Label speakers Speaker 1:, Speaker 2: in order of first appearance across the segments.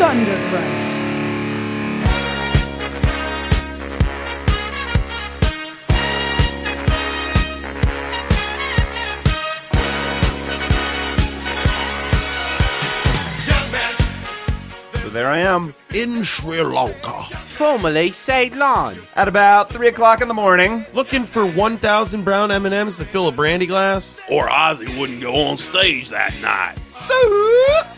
Speaker 1: undergrunt.
Speaker 2: So there I am,
Speaker 3: in Sri Lanka.
Speaker 4: Formerly Ceylon.
Speaker 2: at about three o'clock in the morning.
Speaker 5: Looking for 1,000 brown M&Ms to fill a brandy glass?
Speaker 3: Or Ozzy wouldn't go on stage that night.
Speaker 2: So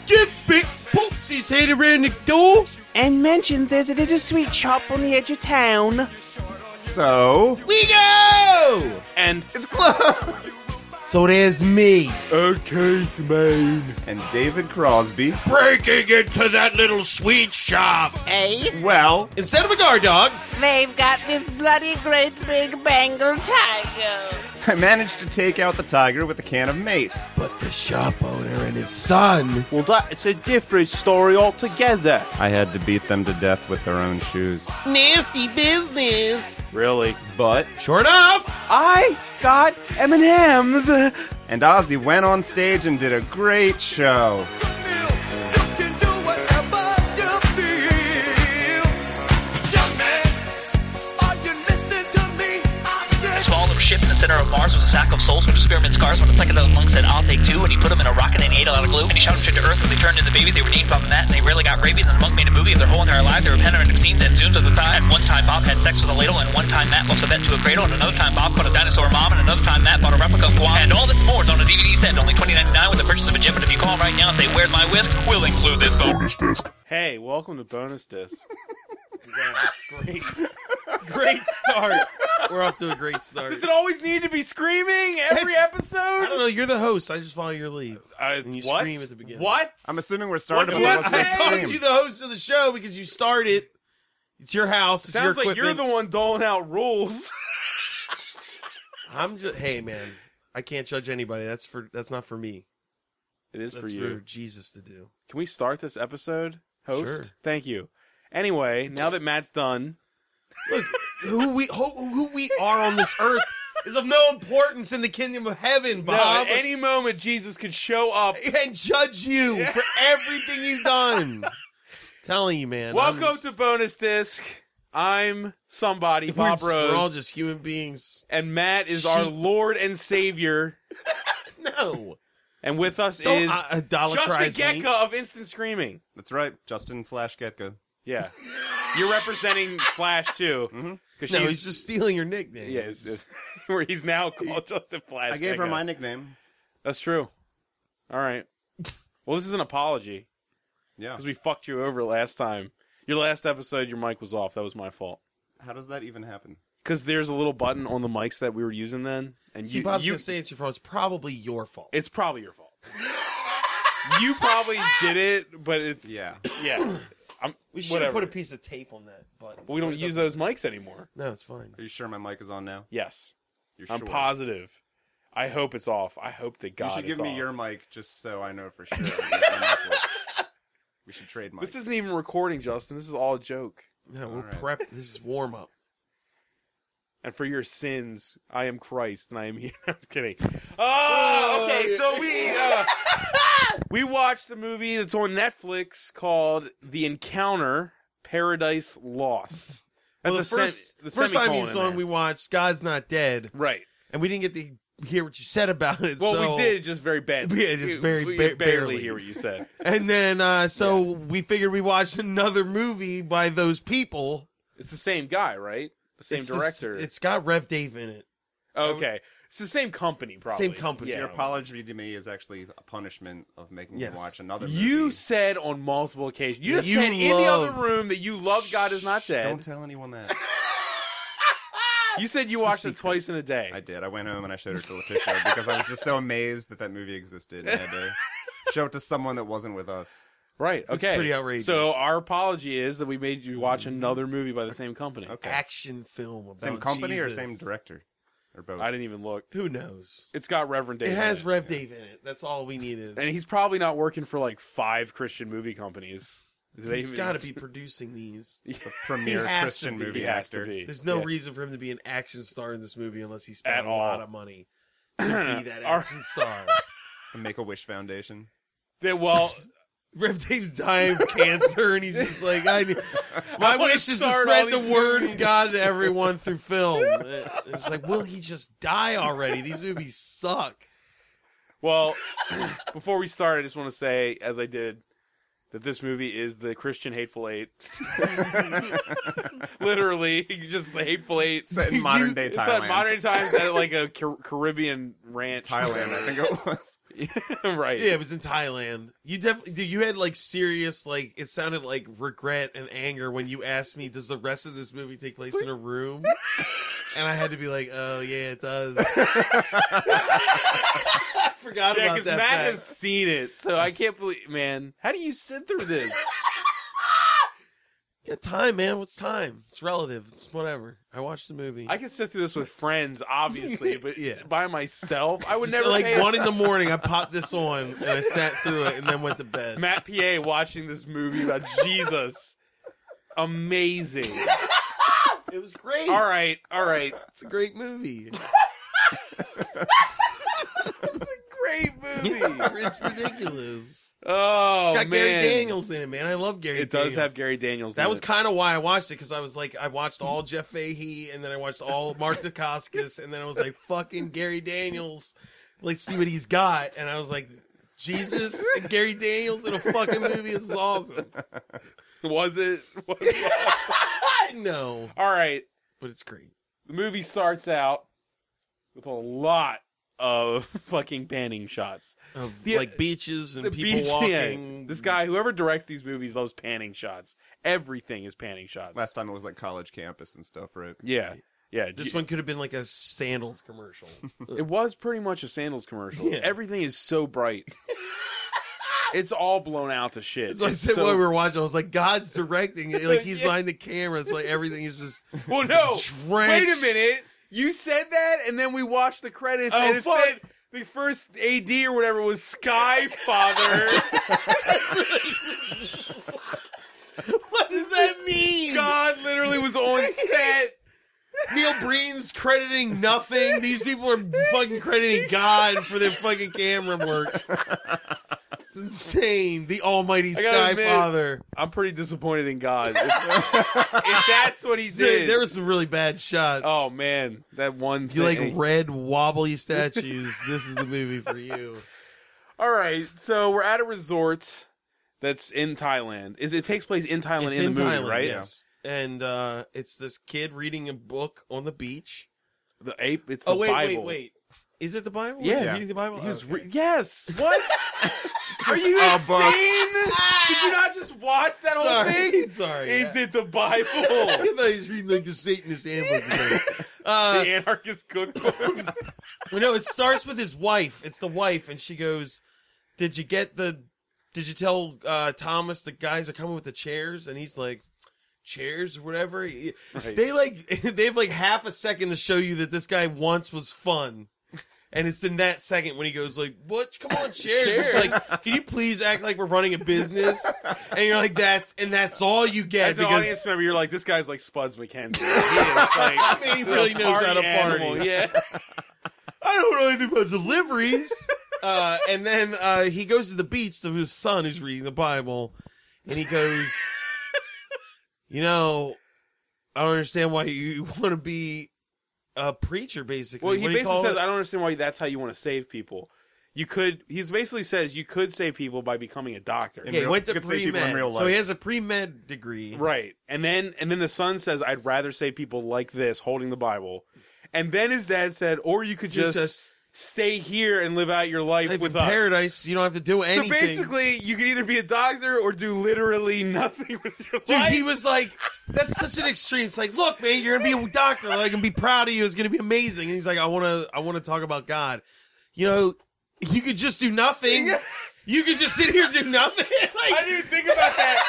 Speaker 5: Jim Big Poops, he's headed around the door.
Speaker 4: And mentioned there's a little sweet shop on the edge of town.
Speaker 2: so
Speaker 5: We go!
Speaker 3: And
Speaker 2: it's close.
Speaker 5: So there's me.
Speaker 2: And David Crosby.
Speaker 3: breaking into that little sweet shop.
Speaker 4: Eh?
Speaker 2: Well,
Speaker 5: Instead of a guard dog,
Speaker 4: They've got this bloody great big Bengal tiger.
Speaker 2: I managed to take out the tiger with a can of mace.
Speaker 5: but the shop owner and his son.
Speaker 4: Well, that's a different story altogether.
Speaker 2: I had to beat them to death with their own shoes.
Speaker 5: Nasty business.
Speaker 2: Really? But
Speaker 5: Sure enough.
Speaker 4: I got M&M's.
Speaker 2: and Ozzy went on stage and did a great show.
Speaker 6: Small little ship in the center of Mars was a sack of souls with experiment scars. When a psychedelic monk said, I'll take two, and he put them in a rocket and he ate a lot of glue, and he shot them straight to Earth. When they turned into babies, they were named Bobinette, and they really got rabies. And the monk made a movie of their whole entire lives. They were penitent and obscene, then zooms of the thigh. And one time Bob had sex with a ladle, and one time Matt lost a vet to a cradle, and another time Bob caught a dinosaur mom, and another time Matt bought a replica of Guam. And all this and more is on a DVD set, only twenty ninety nine with the purchase of a gym. But if you call right now and say, Where's my whisk? We'll include this bonus.
Speaker 4: Hey, welcome to Bonus Disc.
Speaker 5: Great. Great start. We're off to a great start.
Speaker 4: Does it always need to be screaming every
Speaker 5: Yes. I
Speaker 4: episode?
Speaker 5: don't know. You're the host. I just follow your lead.
Speaker 3: I,
Speaker 5: You
Speaker 4: What?
Speaker 5: scream at the beginning.
Speaker 4: What?
Speaker 2: I'm assuming we're starting
Speaker 4: What
Speaker 2: with
Speaker 4: did
Speaker 2: a
Speaker 4: you
Speaker 5: Yes,
Speaker 2: little
Speaker 5: I
Speaker 4: say?
Speaker 2: scream.
Speaker 5: called you the host of the show because you started. It's your house. It's
Speaker 4: Sounds
Speaker 5: your
Speaker 4: like you're
Speaker 5: equipment.
Speaker 4: the one doling out rules.
Speaker 5: I'm just. Hey, man. I can't judge anybody. That's for. That's not for me.
Speaker 4: It is
Speaker 5: That's
Speaker 4: for you.
Speaker 5: Jesus to do.
Speaker 4: Can we start this episode, host?
Speaker 5: Sure.
Speaker 4: Thank you. Anyway, now that Matt's done,
Speaker 5: Look, who we who, who we are on this earth is of no importance in the kingdom of heaven,
Speaker 4: no, at
Speaker 5: Bob.
Speaker 4: any moment Jesus could show up.
Speaker 5: and judge you for everything you've done. Telling you, man. I'm
Speaker 4: Welcome
Speaker 5: just-
Speaker 4: to Bonus Disc. I'm somebody,
Speaker 5: we're,
Speaker 4: Bob
Speaker 5: just- we're all
Speaker 4: Rose,
Speaker 5: just human beings.
Speaker 4: and Matt is our
Speaker 5: She-
Speaker 4: Lord and Savior.
Speaker 5: No,
Speaker 4: And with us
Speaker 5: don't
Speaker 4: is
Speaker 5: uh,
Speaker 4: Justin
Speaker 5: idolatrize me.
Speaker 4: Gecka of Instant Screaming.
Speaker 2: That's right, Justin Flash Getka.
Speaker 4: Yeah, you're representing Flash too, because
Speaker 5: Mm-hmm. No,
Speaker 4: she's
Speaker 5: he's just stealing your nickname.
Speaker 4: yeah, it's just- where he's now called Justin Flash.
Speaker 2: I gave her
Speaker 4: Gecko.
Speaker 2: my nickname.
Speaker 4: That's true. All right. Well, this is an apology
Speaker 2: Yeah.
Speaker 4: because we fucked you over last time. Your last episode, your mic was off. That was my fault.
Speaker 2: How does that even happen?
Speaker 4: Because there's a little button on the mics that we were using then, and
Speaker 5: See,
Speaker 4: you,
Speaker 5: Bob's
Speaker 4: you-
Speaker 5: gonna say it's your fault. It's probably your fault.
Speaker 4: it's probably your fault. you probably did it, but it's
Speaker 2: Yeah.
Speaker 4: yeah. I'm,
Speaker 5: we should
Speaker 4: whatever.
Speaker 5: have put a piece of tape on that button.
Speaker 4: But we don't use those mics anymore.
Speaker 5: No, it's fine.
Speaker 2: Are you sure my mic is on now?
Speaker 4: Yes,
Speaker 2: You're
Speaker 4: I'm
Speaker 2: sure.
Speaker 4: positive. I hope it's off. I hope to God
Speaker 2: You should give
Speaker 4: it's
Speaker 2: me
Speaker 4: off.
Speaker 2: your mic just so I know for sure. that my mic works. we should trade mics.
Speaker 4: This isn't even recording, Justin. This is all a joke.
Speaker 5: No, we're
Speaker 2: right.
Speaker 5: prep. This is warm up.
Speaker 4: and for your sins I am Christ, and I am here. I'm kidding. Oh, okay. So we uh, we watched a movie that's on Netflix called The Encounter: Paradise Lost. That's
Speaker 5: Well, the
Speaker 4: a sen-
Speaker 5: first,
Speaker 4: the
Speaker 5: first time
Speaker 4: semicolon in
Speaker 5: you saw him,
Speaker 4: there.
Speaker 5: we watched God's Not Dead,
Speaker 4: right.
Speaker 5: and we didn't get to hear what you said about it.
Speaker 4: Well,
Speaker 5: so-
Speaker 4: we did just very badly.
Speaker 5: Yeah, just very
Speaker 4: we barely,
Speaker 5: ba- barely.
Speaker 4: hear what you said.
Speaker 5: And then, uh, so we figured we watched another movie by those people.
Speaker 4: It's the same guy, right? The same
Speaker 5: It's just-
Speaker 4: director.
Speaker 5: it's got Rev Dave in it.
Speaker 4: okay. It's the same company, probably.
Speaker 5: Same company.
Speaker 2: Your
Speaker 4: Yeah.
Speaker 2: apology to me is actually a punishment of making
Speaker 5: Yes.
Speaker 2: me watch another movie.
Speaker 4: You said on multiple occasions. You
Speaker 5: That
Speaker 4: just
Speaker 5: you
Speaker 4: said in the
Speaker 5: love-
Speaker 4: other room that you love God is not dead.
Speaker 2: Don't tell anyone that.
Speaker 4: You said you watched it twice in a day.
Speaker 2: I did. I went home and I showed it to Letitia because I was just so amazed that that movie existed. And I had to show it to someone that wasn't with us.
Speaker 4: right. Okay.
Speaker 5: That's pretty outrageous.
Speaker 4: So our apology is that we made you watch another movie by the same company.
Speaker 2: Okay.
Speaker 5: Action film about
Speaker 2: same company or
Speaker 5: oh, Jesus.
Speaker 2: same director or both?
Speaker 4: I didn't even look.
Speaker 5: Who knows?
Speaker 4: It's got Reverend Dave.
Speaker 5: It
Speaker 4: in
Speaker 5: has Rev Dave in it. That's all we needed.
Speaker 4: and he's probably not working for like five Christian movie companies. Do they
Speaker 5: He's
Speaker 4: even-
Speaker 5: got to be producing these.
Speaker 2: the premier
Speaker 5: He has
Speaker 2: Christian
Speaker 5: to be.
Speaker 2: movie
Speaker 4: He has
Speaker 2: actor.
Speaker 4: to be.
Speaker 5: There's no
Speaker 4: Yeah.
Speaker 5: reason for him to be an action star in this movie unless he spent
Speaker 4: At
Speaker 5: a
Speaker 4: all.
Speaker 5: lot of money to be that
Speaker 4: Our-
Speaker 5: action star.
Speaker 2: The Make a Wish Foundation.
Speaker 4: They- well,
Speaker 5: Rev Dave's dying of cancer, and he's just like, I. Need, my
Speaker 4: wanna
Speaker 5: wish is to
Speaker 4: start all
Speaker 5: spread the
Speaker 4: these
Speaker 5: word of God to everyone through film. And It's like, will he just die already? These movies suck.
Speaker 4: Well, before we start, I just want to say, as I did, that this movie is the Christian Hateful Eight. Literally, just the Hateful Eight.
Speaker 2: Set in modern day
Speaker 4: it's
Speaker 2: Thailand.
Speaker 4: at modern times at like a Car- Caribbean ranch.
Speaker 2: Thailand, I think it was.
Speaker 4: right.
Speaker 5: Yeah, it was in Thailand. You definitely, dude, you had like serious, like it sounded like regret and anger when you asked me, "Does the rest of this movie take place in a room?" And I had to be like, "Oh yeah, it does." I forgot
Speaker 4: Yeah,
Speaker 5: about
Speaker 4: because
Speaker 5: that.
Speaker 4: Matt
Speaker 5: fact.
Speaker 4: has seen it, so I can't believe, man. How do you sit through this?
Speaker 5: Yeah, time, man. What's time? It's relative. It's whatever. I watched the movie.
Speaker 4: I can sit through this with friends, obviously, but
Speaker 5: Yeah.
Speaker 4: by myself, I would
Speaker 5: Just
Speaker 4: never.
Speaker 5: like
Speaker 4: pay-
Speaker 5: one in the morning. I popped this on and I sat through it and then went to bed.
Speaker 4: Matt PA watching this movie about Jesus. Amazing.
Speaker 5: it was great.
Speaker 4: All right, all right.
Speaker 5: It's a great movie.
Speaker 4: Great movie.
Speaker 5: it's ridiculous.
Speaker 4: Oh
Speaker 5: It's got
Speaker 4: man,
Speaker 5: Gary Daniels in it, man. I love Gary.
Speaker 4: It does
Speaker 5: Daniels.
Speaker 4: have Gary Daniels. in
Speaker 5: That was
Speaker 4: it.
Speaker 5: kind of why I watched it because I was like, I watched all Jeff Fahey and then I watched all Mark Dacascos and then I was like, fucking Gary Daniels, let's see what he's got. And I was like, Jesus and Gary Daniels in a fucking movie this is awesome.
Speaker 4: was it? Was it?
Speaker 5: I know,
Speaker 4: all right.
Speaker 5: but it's great.
Speaker 4: The movie starts out with a lot of fucking panning shots.
Speaker 5: Of
Speaker 4: The-
Speaker 5: like beaches and
Speaker 4: The
Speaker 5: people
Speaker 4: beach-
Speaker 5: walking.
Speaker 4: yeah. This guy, whoever directs these movies, loves panning shots. Everything is panning shots.
Speaker 2: Last time it was like college campus and stuff, right?
Speaker 4: yeah, yeah.
Speaker 5: This one could have been like a sandals commercial.
Speaker 4: It was pretty much a sandals commercial.
Speaker 5: Yeah.
Speaker 4: Everything is so bright. it's all blown out to shit.
Speaker 5: That's what I
Speaker 4: It's
Speaker 5: said
Speaker 4: so-
Speaker 5: while we were watching. I was like, God's directing it. Like he's
Speaker 4: Yeah.
Speaker 5: behind the camera. It's like everything is just
Speaker 4: well, no. Wait a
Speaker 5: drenched.
Speaker 4: minute. You said that, and then we watched the credits,
Speaker 5: Oh,
Speaker 4: and it
Speaker 5: fuck.
Speaker 4: said the first AD or whatever was Sky Father.
Speaker 5: What does that mean?
Speaker 4: God literally was on set.
Speaker 5: Neil Breen's crediting nothing. These people are fucking crediting God for their fucking camera work. It's insane. The Almighty
Speaker 4: I gotta
Speaker 5: Sky
Speaker 4: admit,
Speaker 5: Father.
Speaker 4: I'm pretty disappointed in God. If, if that's what he
Speaker 5: There,
Speaker 4: did.
Speaker 5: there were some really bad shots.
Speaker 4: oh, man. That one
Speaker 5: if you like
Speaker 4: thing.
Speaker 5: red wobbly statues, this is the movie for you.
Speaker 4: All right, so we're at a resort that's in Thailand. Is it takes place in Thailand
Speaker 5: It's
Speaker 4: in,
Speaker 5: in
Speaker 4: the movie,
Speaker 5: Thailand,
Speaker 4: right?
Speaker 5: yes. And uh, it's this kid reading a book on the beach.
Speaker 4: The ape. It's the
Speaker 5: Oh wait,
Speaker 4: Bible.
Speaker 5: wait, wait. Is it the Bible?
Speaker 4: Yeah.
Speaker 5: Is he reading the Bible. Oh,
Speaker 4: He was
Speaker 5: Okay.
Speaker 4: re- yes. What? Are you
Speaker 2: a
Speaker 4: insane?
Speaker 2: book.
Speaker 4: Did you not just watch that whole
Speaker 5: Sorry,
Speaker 4: thing?
Speaker 5: sorry.
Speaker 4: Is
Speaker 5: Yeah.
Speaker 4: it the
Speaker 5: I
Speaker 4: Bible?
Speaker 5: thought he was reading like the Satanist handbook. or something.
Speaker 4: the
Speaker 5: Uh,
Speaker 4: Anarchist Cookbook.
Speaker 5: Well, no, it starts with his wife. It's the wife, and she goes, "Did you get the? Did you tell uh, Thomas the guys are coming with the chairs?" And he's like, "Chairs or whatever." He-
Speaker 4: Right.
Speaker 5: They like they have like half a second to show you that this guy once was fun. And it's in that second when he goes like, "What? Come on, chairs!" It's like, "Can you please act like we're running a business?" And you're like, "That's and that's all you get
Speaker 4: As an
Speaker 5: because
Speaker 4: audience member, you're like, this guy's like Spuds McKenzie. He is like, I
Speaker 5: mean, he really knows how to party.
Speaker 4: Yeah.
Speaker 5: I don't know anything about deliveries. uh, and then uh, he goes to the beach to his son who's reading the Bible, and he goes, You know, I don't understand why you want to be a preacher, basically.
Speaker 4: Well, he
Speaker 5: What do you
Speaker 4: basically
Speaker 5: call
Speaker 4: says,
Speaker 5: it?
Speaker 4: I don't understand why that's how you want to save people. You could. He's basically says you could save people by becoming a doctor.
Speaker 5: yeah, he
Speaker 2: real-
Speaker 5: went to
Speaker 2: you could say
Speaker 5: pre
Speaker 2: people in
Speaker 5: med.
Speaker 2: real
Speaker 5: So he
Speaker 2: life.
Speaker 5: has a pre med degree.
Speaker 4: Right. And then and then the son says, I'd rather save people like this, holding the Bible. And then his dad said, or you could
Speaker 5: You
Speaker 4: just,
Speaker 5: just-
Speaker 4: stay here and live out your life
Speaker 5: Like
Speaker 4: with
Speaker 5: in
Speaker 4: us.
Speaker 5: paradise, you don't have to do
Speaker 4: So
Speaker 5: anything.
Speaker 4: basically, you could either be a doctor or do literally nothing with your
Speaker 5: Dude,
Speaker 4: life.
Speaker 5: he was like, "That's such an extreme." It's like, look, man, you're gonna be a doctor. Like, I can be proud of you. It's gonna be amazing. And he's like, "I wanna, I wanna talk about God." You know, you could just do nothing. You could just sit here and do nothing.
Speaker 4: I
Speaker 5: like,
Speaker 4: didn't even think about that.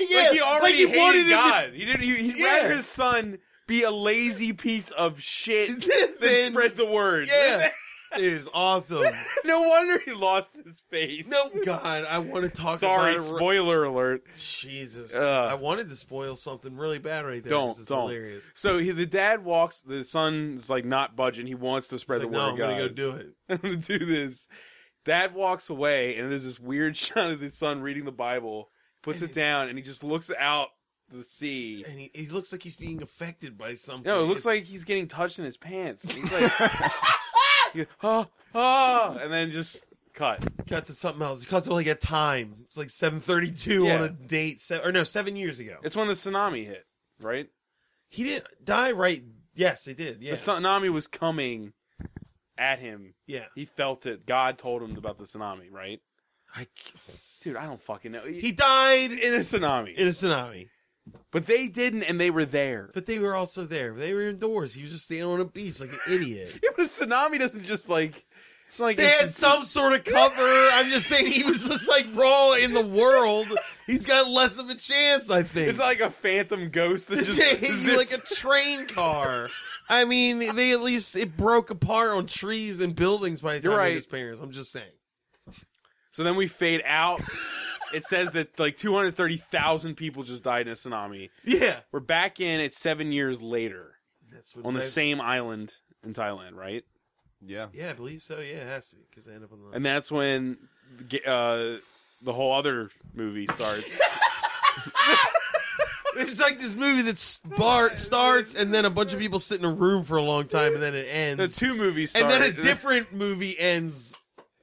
Speaker 5: yeah,
Speaker 4: like he already
Speaker 5: like he wanted
Speaker 4: hated
Speaker 5: him to-
Speaker 4: God. He didn't. He, would
Speaker 5: Yeah.
Speaker 4: rather his son be a lazy piece of shit than
Speaker 5: Then-
Speaker 4: spread the word.
Speaker 5: yeah, dude, it's awesome.
Speaker 4: no wonder he lost his faith.
Speaker 5: No, God, I want to talk
Speaker 4: Sorry,
Speaker 5: about it.
Speaker 4: spoiler alert.
Speaker 5: Jesus,
Speaker 4: Ugh.
Speaker 5: I wanted to spoil something really bad right there. 'cause
Speaker 4: Don't
Speaker 5: it's
Speaker 4: don't.
Speaker 5: hilarious.
Speaker 4: So he, the dad walks. The son's like not budging. He wants to
Speaker 5: It's
Speaker 4: spread
Speaker 5: like,
Speaker 4: the
Speaker 5: no, I'm
Speaker 4: word.
Speaker 5: gonna go
Speaker 4: of God.
Speaker 5: do it.
Speaker 4: I'm gonna do this. Dad walks away, and there's this weird shot of his son reading the Bible, puts it down, and he just looks out the sea.
Speaker 5: And he, he looks like he's being affected by something.
Speaker 4: No, it looks like he's getting touched in his pants. He's like, he, oh, oh, and then just cut.
Speaker 5: cut to something else. It cuts to like a time. It's like seven thirty-two
Speaker 4: Yeah.
Speaker 5: on a date, se- or no, seven years ago.
Speaker 4: It's when the tsunami hit, right?
Speaker 5: He didn't die right. Yes, they did. Yeah,
Speaker 4: The tsunami was coming at him.
Speaker 5: yeah.
Speaker 4: He felt it. God told him about the tsunami, right?
Speaker 5: I,
Speaker 4: Dude, I don't fucking know.
Speaker 5: he died
Speaker 4: in a tsunami.
Speaker 5: in a tsunami,
Speaker 4: But they didn't, and they were there.
Speaker 5: but they were also there. They were indoors. He was just standing on a beach like an idiot.
Speaker 4: Yeah, but a tsunami doesn't just like. It's not like
Speaker 5: They
Speaker 4: it's-
Speaker 5: had some sort of cover. I'm just saying he was just like raw in the world. He's got less of a chance, I think.
Speaker 4: It's not like a phantom ghost that just
Speaker 5: Yeah, he's
Speaker 4: zips-
Speaker 5: like a train car. I mean, they at least it broke apart on trees and buildings by the
Speaker 4: You're
Speaker 5: time
Speaker 4: right.
Speaker 5: his parents. I'm just saying.
Speaker 4: So then we fade out. It says that like 230,000 people just died in a tsunami.
Speaker 5: Yeah,
Speaker 4: We're back in it seven years later
Speaker 5: that's what
Speaker 4: on the
Speaker 5: I-
Speaker 4: same island in Thailand, right?
Speaker 2: Yeah.
Speaker 5: Yeah, I believe so. Yeah, it has to be because they end up on the.
Speaker 4: And that's when the ge- uh, the whole other movie starts.
Speaker 5: It's like this movie that start, starts and then a bunch of people sit in a room for a long time and then it
Speaker 4: the
Speaker 5: ends.
Speaker 4: two movies start.
Speaker 5: and then a different movie ends.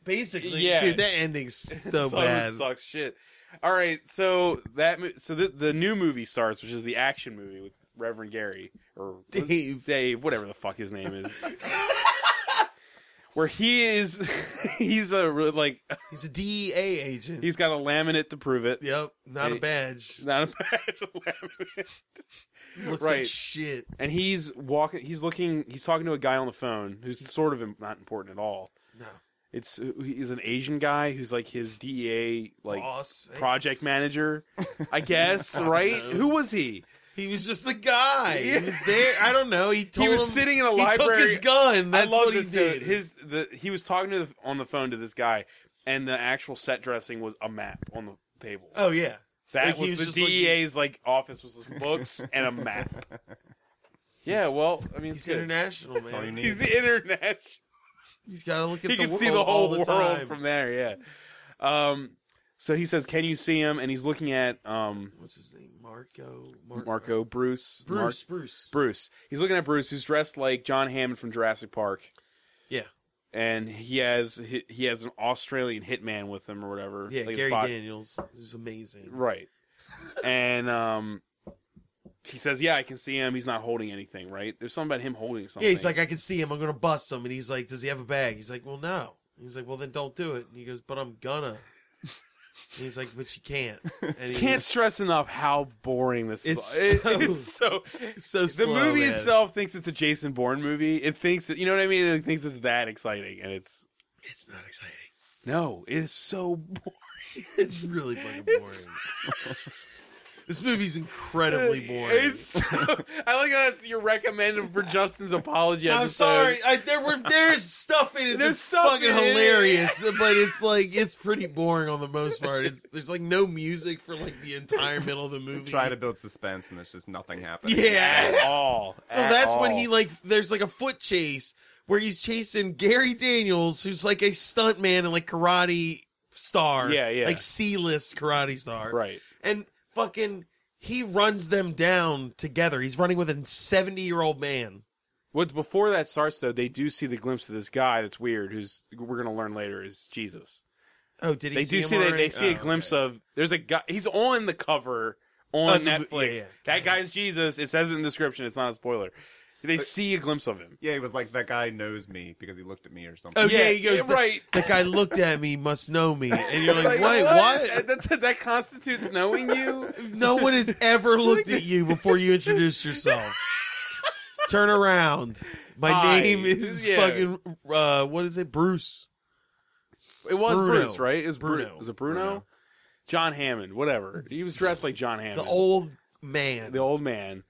Speaker 5: Basically,
Speaker 4: Yeah.
Speaker 5: dude, that ending's so,
Speaker 4: so
Speaker 5: bad.
Speaker 4: It sucks shit. All right, so that mo- so the, the new movie starts, which is the action movie with Reverend Gary or
Speaker 5: Dave.
Speaker 4: Dave, whatever the fuck his name is. Where he is, he's a re- like
Speaker 5: He's a DEA agent.
Speaker 4: he's got a laminate to prove it.
Speaker 5: yep, not
Speaker 4: Hey.
Speaker 5: a badge.
Speaker 4: Not a bad laminate.
Speaker 5: Looks
Speaker 4: right.
Speaker 5: like shit.
Speaker 4: And he's walking. He's looking. He's talking to a guy on the phone who's sort of im- not important at all.
Speaker 5: No.
Speaker 4: It's he's an Asian guy who's like his DEA like
Speaker 5: Boss.
Speaker 4: project manager, I guess. right? Who was he?
Speaker 5: He was just the guy. He was there. I don't know. He told
Speaker 4: was
Speaker 5: him-
Speaker 4: sitting in a
Speaker 5: He
Speaker 4: library.
Speaker 5: took his gun. That's
Speaker 4: I love
Speaker 5: what
Speaker 4: this
Speaker 5: he did.
Speaker 4: dude. His the he was talking to the, on the phone to this guy, and the actual set dressing was a map on the table.
Speaker 5: oh yeah.
Speaker 4: that
Speaker 5: like, he
Speaker 4: was,
Speaker 5: was just
Speaker 4: the DEA's like office was books and a map. Yeah, well, I mean, it's
Speaker 5: He's
Speaker 4: good.
Speaker 5: international, man.
Speaker 2: That's all you need.
Speaker 4: He's international.
Speaker 5: He's got to look at
Speaker 4: He
Speaker 5: the
Speaker 4: can see the
Speaker 5: world all
Speaker 4: whole world
Speaker 5: time.
Speaker 4: from there. Yeah. Um. So he says, "Can you see him?" And he's looking at um
Speaker 5: What's his name? Marco. Mar-
Speaker 4: Marco Bruce. Mark-
Speaker 5: Bruce. Bruce.
Speaker 4: Bruce. He's looking at Bruce, who's dressed like John Hammond from Jurassic Park.
Speaker 5: Yeah.
Speaker 4: and he has he, he has an Australian hitman with him or whatever.
Speaker 5: Yeah,
Speaker 4: Like,
Speaker 5: Gary
Speaker 4: Fox-
Speaker 5: Daniels is amazing.
Speaker 4: Right. and um he says, "Yeah, I can see him. He's not holding anything, right? There's something about him holding something."
Speaker 5: Yeah, he's like, I can see him. I'm gonna bust him, and he's like, Does he have a bag? He's like, Well, no. He's like, Well, then don't do it. And he goes, But I'm gonna. And he's like, But you can't. And he
Speaker 4: "Can't
Speaker 5: just-
Speaker 4: stress enough how boring this
Speaker 5: It's
Speaker 4: is." It-
Speaker 5: so-
Speaker 4: it's so
Speaker 5: It's so
Speaker 4: the
Speaker 5: slow,
Speaker 4: movie
Speaker 5: man.
Speaker 4: itself thinks it's a Jason Bourne movie. It thinks that, you know what I mean. It thinks it's that exciting, and it's
Speaker 5: It's not exciting.
Speaker 4: no, it is so boring.
Speaker 5: It's really fucking boring. this movie's incredibly boring.
Speaker 4: It's so, I like how that's your recommended for Justin's apology.
Speaker 5: I'm
Speaker 4: episode.
Speaker 5: sorry. I, there were there's stuff in it.
Speaker 4: There's
Speaker 5: There's
Speaker 4: stuff
Speaker 5: fucking
Speaker 4: in it.
Speaker 5: hilarious, but it's like it's pretty boring on the most part. It's there's like no music for like the entire middle of the movie.
Speaker 2: Try to build suspense and there's just nothing happening.
Speaker 5: yeah.
Speaker 4: at all.
Speaker 5: So that's when he like there's like a foot chase where he's chasing Gary Daniels, who's like a stuntman and like karate star.
Speaker 4: Yeah, yeah.
Speaker 5: Like C list karate star.
Speaker 4: right.
Speaker 5: and fucking he runs them down together. He's running with a 70 year old man.
Speaker 4: What before that starts though, they do see the glimpse of this guy that's weird, who's we're gonna learn later is Jesus.
Speaker 5: Oh, did he
Speaker 4: They
Speaker 5: see
Speaker 4: do
Speaker 5: him
Speaker 4: see they,
Speaker 5: already?
Speaker 4: they see
Speaker 5: Oh,
Speaker 4: a glimpse of there's a guy he's on the cover
Speaker 5: Oh,
Speaker 4: on
Speaker 5: the-
Speaker 4: Netflix.
Speaker 5: yeah, yeah.
Speaker 4: That guy's Jesus. It says it in the description, it's not a spoiler. They see a glimpse of him.
Speaker 2: Yeah, he was like, that guy knows me because he looked at me or something.
Speaker 5: Oh, yeah, he goes,
Speaker 4: yeah, right.
Speaker 5: That guy looked at me, must know me. And you're like,
Speaker 4: Like,
Speaker 5: wait,
Speaker 4: That,
Speaker 5: what?
Speaker 4: that- that constitutes knowing you.
Speaker 5: No one has ever looked at you before you introduce yourself. Turn around. My
Speaker 4: Hi.
Speaker 5: name is
Speaker 4: Yeah.
Speaker 5: fucking, uh, what is it? Bruce.
Speaker 4: It was
Speaker 5: Bruno.
Speaker 4: Bruce, right? It was Bruno.
Speaker 5: Bruno.
Speaker 4: Was it Bruno? John Hammond, whatever. He was dressed like John Hammond.
Speaker 5: The old man.
Speaker 4: the old man.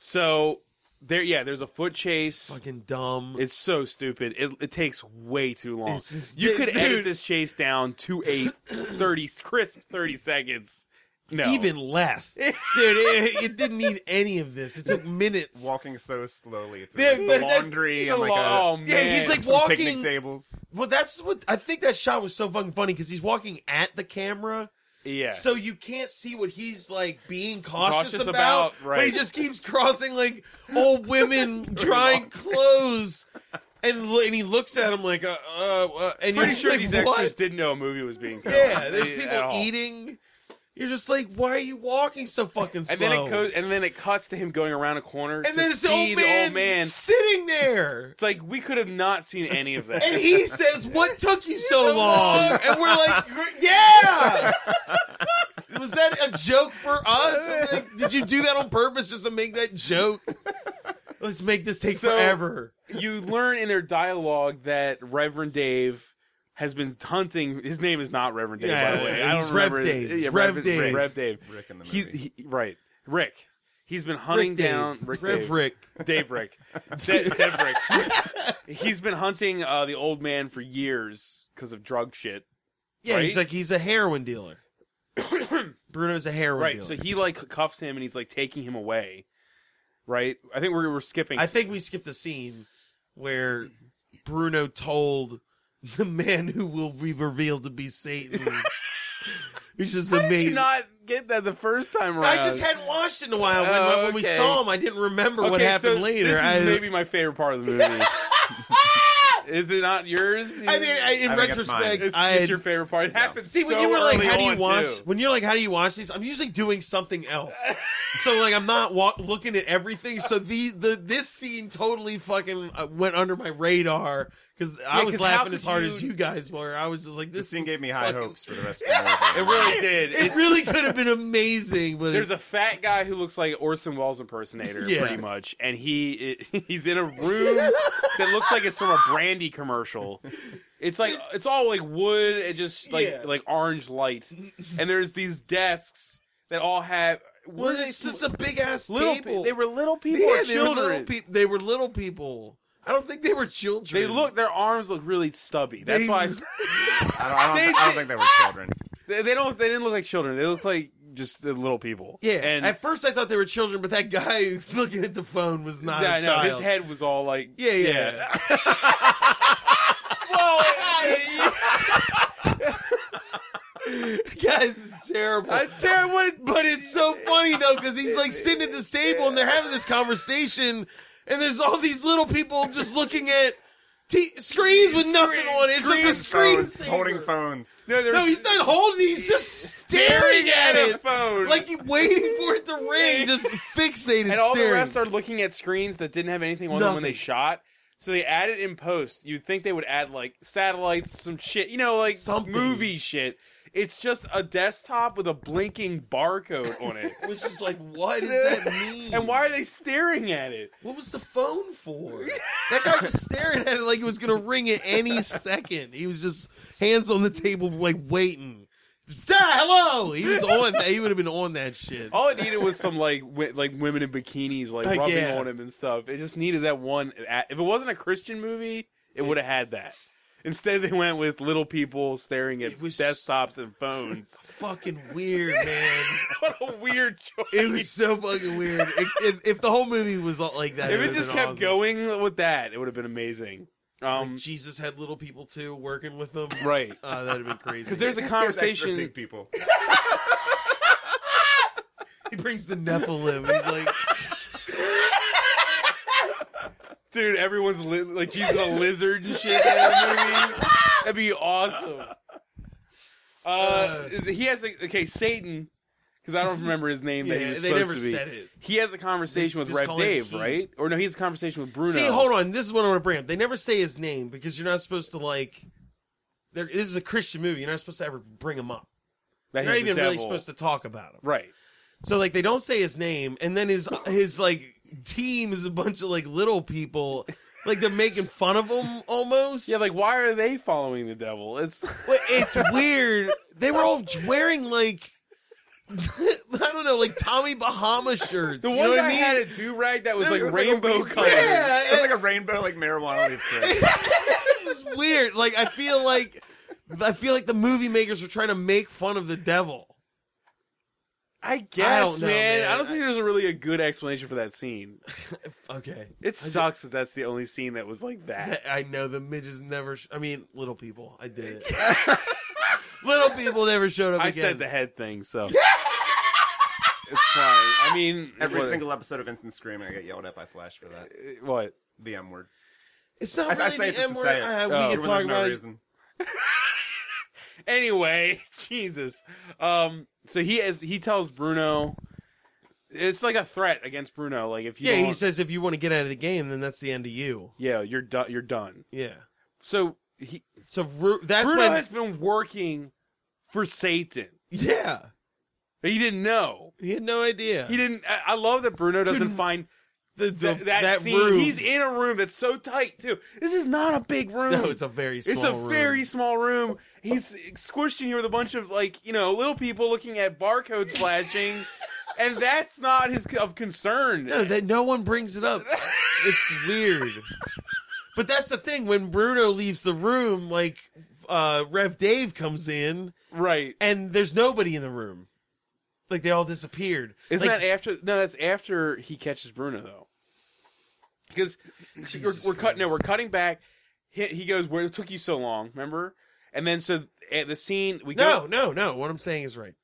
Speaker 4: So there, yeah, there's a foot chase.
Speaker 5: fucking dumb.
Speaker 4: It's so stupid. It, it takes way too long.
Speaker 5: It's- it's-
Speaker 4: you could
Speaker 5: dude.
Speaker 4: edit this chase down to a 30, crisp 30 seconds No.
Speaker 5: Even less, dude. It, it didn't need any of this. It took minutes.
Speaker 2: Walking so slowly through
Speaker 5: Yeah,
Speaker 2: like,
Speaker 5: that-
Speaker 2: the
Speaker 5: that's-
Speaker 2: laundry
Speaker 4: the
Speaker 2: and like
Speaker 4: law-
Speaker 2: a,
Speaker 4: oh,
Speaker 5: yeah, he's
Speaker 4: man.
Speaker 5: like
Speaker 2: some
Speaker 5: walking.
Speaker 2: picnic tables.
Speaker 5: Well, that's what I think that shot was so fucking funny because he's walking at the camera,
Speaker 4: yeah.
Speaker 5: so you can't see what he's like being cautious,
Speaker 4: Cautious
Speaker 5: about.
Speaker 4: about,
Speaker 5: But he
Speaker 4: right.
Speaker 5: just keeps crossing like old women drying clothes, and lo- and he looks at him like, uh, uh, uh and
Speaker 4: Pretty
Speaker 5: you're
Speaker 4: sure
Speaker 5: like,
Speaker 4: these
Speaker 5: what?
Speaker 4: extras didn't know a movie was being filmed.
Speaker 5: Yeah, there's
Speaker 4: at
Speaker 5: people
Speaker 4: all.
Speaker 5: eating. You're just like, why are you walking so fucking slow?
Speaker 4: And then it goes, and then it cuts to him going around a corner.
Speaker 5: And
Speaker 4: to
Speaker 5: then it's the
Speaker 4: see
Speaker 5: old man,
Speaker 4: the old man.
Speaker 5: sitting there.
Speaker 4: It's like we could have not seen any of that.
Speaker 5: And he says, "What took you so long?" And we're like, "Gr- "Yeah." Was that a joke for us? Like, did you do that on purpose just to make that joke? Let's make this take
Speaker 4: So-
Speaker 5: forever.
Speaker 4: you learn in their dialogue that Reverend Dave has been hunting. His name is not Reverend Dave, by
Speaker 5: Yeah,
Speaker 4: the way.
Speaker 5: yeah,
Speaker 4: I
Speaker 5: he's
Speaker 4: don't
Speaker 5: Rev
Speaker 4: remember.
Speaker 5: Dave.
Speaker 4: Yeah,
Speaker 5: Rev
Speaker 4: Rev,
Speaker 5: Dave.
Speaker 4: Rev Dave.
Speaker 2: Rick in the
Speaker 4: He-
Speaker 2: movie.
Speaker 4: he- right, Rick. He's been hunting
Speaker 5: Rick Dave.
Speaker 4: down Rick
Speaker 5: Rev
Speaker 4: Dave.
Speaker 5: Rick.
Speaker 4: Dave Rick. De- Dev Rick. He's been hunting uh, the old man for years because of drug shit.
Speaker 5: Yeah, he's
Speaker 4: Right?
Speaker 5: like he's a heroin dealer. Bruno's a heroin
Speaker 4: Right.
Speaker 5: dealer.
Speaker 4: So he like cuffs him and he's like taking him away. Right. I think we're we're skipping.
Speaker 5: I think we skipped a scene where Bruno told the man who will be revealed to be Satan, which is
Speaker 4: How did
Speaker 5: amazing.
Speaker 4: you not get that the first time around.
Speaker 5: I just hadn't watched it in a while. When,
Speaker 4: Oh,
Speaker 5: when we
Speaker 4: okay.
Speaker 5: saw him, I didn't remember what
Speaker 4: Okay,
Speaker 5: happened
Speaker 4: so
Speaker 5: later.
Speaker 4: This is
Speaker 5: I,
Speaker 4: maybe my favorite part of the movie. is it not yours?
Speaker 5: I mean, I, in
Speaker 2: I think it's mine.
Speaker 5: retrospect,
Speaker 4: it's,
Speaker 5: I
Speaker 4: it's your favorite part. It happens.
Speaker 5: see when
Speaker 4: so
Speaker 5: you were like,
Speaker 4: early
Speaker 5: "How do you
Speaker 4: on,
Speaker 5: watch?"
Speaker 4: too.
Speaker 5: When you're like, "How do you watch these?" I'm usually doing something else, so like I'm not wa- looking at everything. So the the this scene totally fucking uh, went under my radar because I
Speaker 4: Yeah,
Speaker 5: was
Speaker 4: 'cause how
Speaker 5: laughing as
Speaker 4: could
Speaker 5: hard
Speaker 4: you-
Speaker 5: as you guys were. I was just like, "This
Speaker 2: This scene
Speaker 5: is
Speaker 2: gave me high
Speaker 5: fucking-
Speaker 2: hopes for the rest of the movie.
Speaker 4: It really did.
Speaker 5: It
Speaker 4: It's-
Speaker 5: really could have been amazing, but
Speaker 4: There's
Speaker 5: it-
Speaker 4: a fat guy who looks like Orson Welles impersonator,
Speaker 5: Yeah.
Speaker 4: pretty much, and he it, he's in a room that looks like it's from a brandy commercial. It's like it's all like wood and just like
Speaker 5: Yeah.
Speaker 4: like orange light, and there's these desks that all have
Speaker 5: well,
Speaker 4: were they
Speaker 5: it's
Speaker 4: sm-
Speaker 5: just a big ass
Speaker 4: little pe-
Speaker 5: table.
Speaker 4: They were little people,
Speaker 5: Yeah,
Speaker 4: or
Speaker 5: they were little
Speaker 4: children?
Speaker 5: people. They were little people. I don't think they were children.
Speaker 4: They look their arms look really stubby. That's
Speaker 5: They-
Speaker 4: why
Speaker 2: I don't, I, don't, I don't think they were children.
Speaker 4: They, they don't. They didn't look like children. They look like just the little people.
Speaker 5: Yeah.
Speaker 4: and
Speaker 5: at first, I thought they were children, but that guy who's looking at the phone was not
Speaker 4: yeah,
Speaker 5: a
Speaker 4: I know,
Speaker 5: child.
Speaker 4: his head was all like
Speaker 5: yeah, yeah.
Speaker 4: Whoa,
Speaker 5: Guys, it's terrible.
Speaker 4: that's terrible. What-
Speaker 5: but it's so funny though because he's like sitting at this table and they're having this conversation, and there's all these little people just looking at t- screens with nothing on it. It's just a screen
Speaker 2: Phones, holding phones.
Speaker 4: No, there
Speaker 5: No,
Speaker 4: was-
Speaker 5: he's not holding. it, He's just staring at
Speaker 4: at a
Speaker 5: it,
Speaker 4: phone.
Speaker 5: like he waiting for it to ring, just fixated.
Speaker 4: and all
Speaker 5: staring.
Speaker 4: the rest are looking at screens that didn't have anything on them when they
Speaker 5: Nothing.
Speaker 4: shot. So they added in post. You'd think they would add like satellites, some shit, you know, like
Speaker 5: Something.
Speaker 4: movie shit. It's just a desktop with a blinking barcode on it.
Speaker 5: which is like, what does that mean?
Speaker 4: and why are they staring at it?
Speaker 5: What was the phone for? That guy was staring at it like it was gonna ring at any second. He was just hands on the table, like waiting. Ah, hello. He was on. That. He would have been on that shit.
Speaker 4: All it needed was some like w- like women in bikinis like
Speaker 5: Like,
Speaker 4: rubbing
Speaker 5: yeah.
Speaker 4: on him and stuff. It just needed that one. a- If it wasn't a Christian movie, it would have had that. Instead, they went with little people staring at
Speaker 5: It was-
Speaker 4: desktops and phones.
Speaker 5: Fucking weird, man.
Speaker 4: what a weird choice!
Speaker 5: It was so fucking weird. It, if, if the whole movie was all like that,
Speaker 4: if it
Speaker 5: would've
Speaker 4: just
Speaker 5: been
Speaker 4: kept
Speaker 5: awesome.
Speaker 4: going with that, it would have been amazing.
Speaker 5: Like,
Speaker 4: Um,
Speaker 5: Jesus had little people too working with him.
Speaker 4: right?
Speaker 5: Uh, that'd have been crazy.
Speaker 4: Because there's a
Speaker 2: Here's extra
Speaker 4: conversation.
Speaker 2: big people.
Speaker 5: he brings the Nephilim. He's like,
Speaker 4: Dude, everyone's li- like she's a lizard and shit. in that movie. That'd be awesome. Uh, he has a, okay Satan because I don't remember his name that he
Speaker 5: Yeah,
Speaker 4: was
Speaker 5: they
Speaker 4: supposed
Speaker 5: never
Speaker 4: to be.
Speaker 5: said it.
Speaker 4: He has a conversation
Speaker 5: Just-
Speaker 4: with
Speaker 5: just
Speaker 4: Rev
Speaker 5: call him
Speaker 4: Dave,
Speaker 5: he.
Speaker 4: right? Or no, he has a conversation with Bruno.
Speaker 5: See, hold on. This is what I want to bring up. They never say his name because you're not supposed to like. There, this is a Christian movie. You're not supposed to ever bring him up.
Speaker 4: That
Speaker 5: You're not
Speaker 4: he's the
Speaker 5: even really
Speaker 4: devil.
Speaker 5: supposed to talk about him.
Speaker 4: Right.
Speaker 5: So like they don't say his name, and then his his like team is a bunch of like little people. Like they're making fun of him almost.
Speaker 4: Yeah, like why are they following the devil? It's
Speaker 5: But it's weird. They were all wearing like I don't know, like Tommy Bahama shirts.
Speaker 4: the
Speaker 5: you
Speaker 4: one
Speaker 5: know
Speaker 4: guy
Speaker 5: what I mean?
Speaker 4: had a do rag that was
Speaker 2: It
Speaker 4: like
Speaker 2: was a
Speaker 4: rainbow
Speaker 2: weird-
Speaker 4: color.
Speaker 5: Yeah,
Speaker 2: It was like a rainbow, like marijuana leaf print.
Speaker 5: It's weird. Like I feel like I feel like the movie makers were trying to make fun of the devil.
Speaker 4: I guess,
Speaker 5: don't know,
Speaker 4: man.
Speaker 5: man.
Speaker 4: I don't think there's a really a good explanation for that scene.
Speaker 5: Okay.
Speaker 4: It sucks that that's the only scene that was like that.
Speaker 5: I know the midges never. Sh- I mean, little people. I did it. little people never showed up.
Speaker 4: I
Speaker 5: again.
Speaker 4: said the head thing, so it's fine. I mean,
Speaker 2: Every
Speaker 4: what-
Speaker 2: single episode of Instant Screaming, I get yelled at by Flash for that.
Speaker 4: what?
Speaker 2: The M word.
Speaker 5: It's not
Speaker 2: I- I
Speaker 5: really
Speaker 2: say
Speaker 5: the
Speaker 2: it just
Speaker 5: M
Speaker 2: to
Speaker 5: word.
Speaker 2: say it.
Speaker 5: Uh,
Speaker 4: Oh.
Speaker 5: we
Speaker 2: Even
Speaker 5: can
Speaker 2: when
Speaker 5: talk
Speaker 2: there's no
Speaker 5: about it.
Speaker 2: reason.
Speaker 4: Anyway, Jesus. Um, so he is. He tells Bruno. It's like a threat against Bruno. Like if you
Speaker 5: Yeah,
Speaker 4: don't,
Speaker 5: he says if you want to get out of the game, then that's the end of you.
Speaker 4: yeah, you're done. You're done.
Speaker 5: Yeah.
Speaker 4: So he
Speaker 5: So Ru- that's
Speaker 4: Bruno
Speaker 5: when.
Speaker 4: has been working for Satan.
Speaker 5: yeah.
Speaker 4: He didn't know.
Speaker 5: He had no idea.
Speaker 4: He didn't. I, I love that Bruno doesn't find
Speaker 5: the, the,
Speaker 4: th- that,
Speaker 5: that
Speaker 4: scene.
Speaker 5: room.
Speaker 4: He's in a room that's so tight too. This is not a big room.
Speaker 5: No, it's a very small
Speaker 4: It's a
Speaker 5: room.
Speaker 4: very small room. He's squished in here with a bunch of like you know little people looking at barcodes flashing, and that's not his of concern.
Speaker 5: No, that no one brings it up. it's weird. But that's the thing. When Bruno leaves the room, like uh, Rev Dave comes in,
Speaker 4: right?
Speaker 5: and there's nobody in the room. Like they all disappeared.
Speaker 4: Isn't
Speaker 5: Like,
Speaker 4: that after? No, that's after he catches Bruno though, because we're, we're cutting. No, we're cutting back. He, he goes, "Where it took you so long?" Remember? And then so at the scene we
Speaker 5: no,
Speaker 4: go.
Speaker 5: no, no. What I'm saying is right.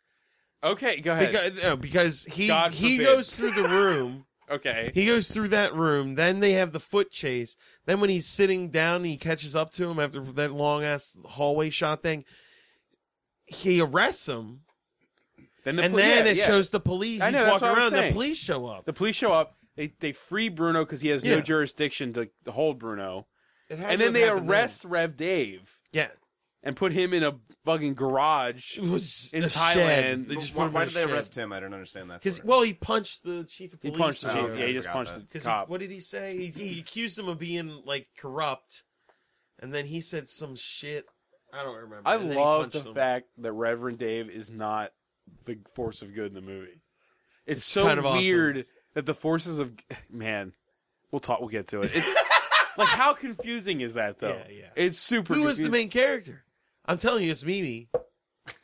Speaker 4: Okay, go ahead.
Speaker 5: Because no, because he
Speaker 4: God
Speaker 5: he
Speaker 4: forbid.
Speaker 5: goes through the room.
Speaker 4: okay.
Speaker 5: He goes through that room. Then they have the foot chase. Then when he's sitting down and he catches up to him after that long ass hallway shot thing, he arrests him.
Speaker 4: Then the
Speaker 5: and
Speaker 4: pol-
Speaker 5: then
Speaker 4: yeah,
Speaker 5: it
Speaker 4: yeah.
Speaker 5: shows the police.
Speaker 4: I
Speaker 5: He's
Speaker 4: know, that's
Speaker 5: walking
Speaker 4: what I was
Speaker 5: around. The
Speaker 4: saying.
Speaker 5: police show up.
Speaker 4: the police show up. They they free Bruno because he has no
Speaker 5: Yeah.
Speaker 4: jurisdiction to, to hold Bruno,
Speaker 5: It had
Speaker 4: and
Speaker 5: to
Speaker 4: then
Speaker 5: have
Speaker 4: they
Speaker 5: happened
Speaker 4: arrest Rev Dave
Speaker 5: then.
Speaker 4: and put him in a fucking garage.
Speaker 5: Yeah, it was
Speaker 4: In
Speaker 5: a
Speaker 4: Thailand,
Speaker 5: shed.
Speaker 4: they
Speaker 5: They
Speaker 2: But
Speaker 5: just
Speaker 2: why, why did they arrest him? I don't understand that.
Speaker 5: Because
Speaker 2: part.
Speaker 5: well, he punched the chief of
Speaker 4: He
Speaker 5: police.
Speaker 4: punched the
Speaker 2: Oh,
Speaker 4: chief.
Speaker 2: okay,
Speaker 4: yeah, he
Speaker 2: I
Speaker 4: just
Speaker 2: forgot
Speaker 4: punched
Speaker 2: that.
Speaker 4: the
Speaker 5: Because
Speaker 4: cop.
Speaker 5: what did he say? He, he accused him of being like corrupt, and then he said some shit. I don't remember.
Speaker 4: I
Speaker 5: And then he
Speaker 4: love
Speaker 5: punched
Speaker 4: the
Speaker 5: him.
Speaker 4: fact that Reverend Dave is not the force of good in the movie. It's, so
Speaker 5: kind of awesome.
Speaker 4: weird that the forces of man. We'll talk. We'll get to it. It's like how confusing is that though?
Speaker 5: Yeah, yeah.
Speaker 4: It's super.
Speaker 5: Who was the
Speaker 4: confusing.
Speaker 5: main character? I'm telling you, it's Mimi.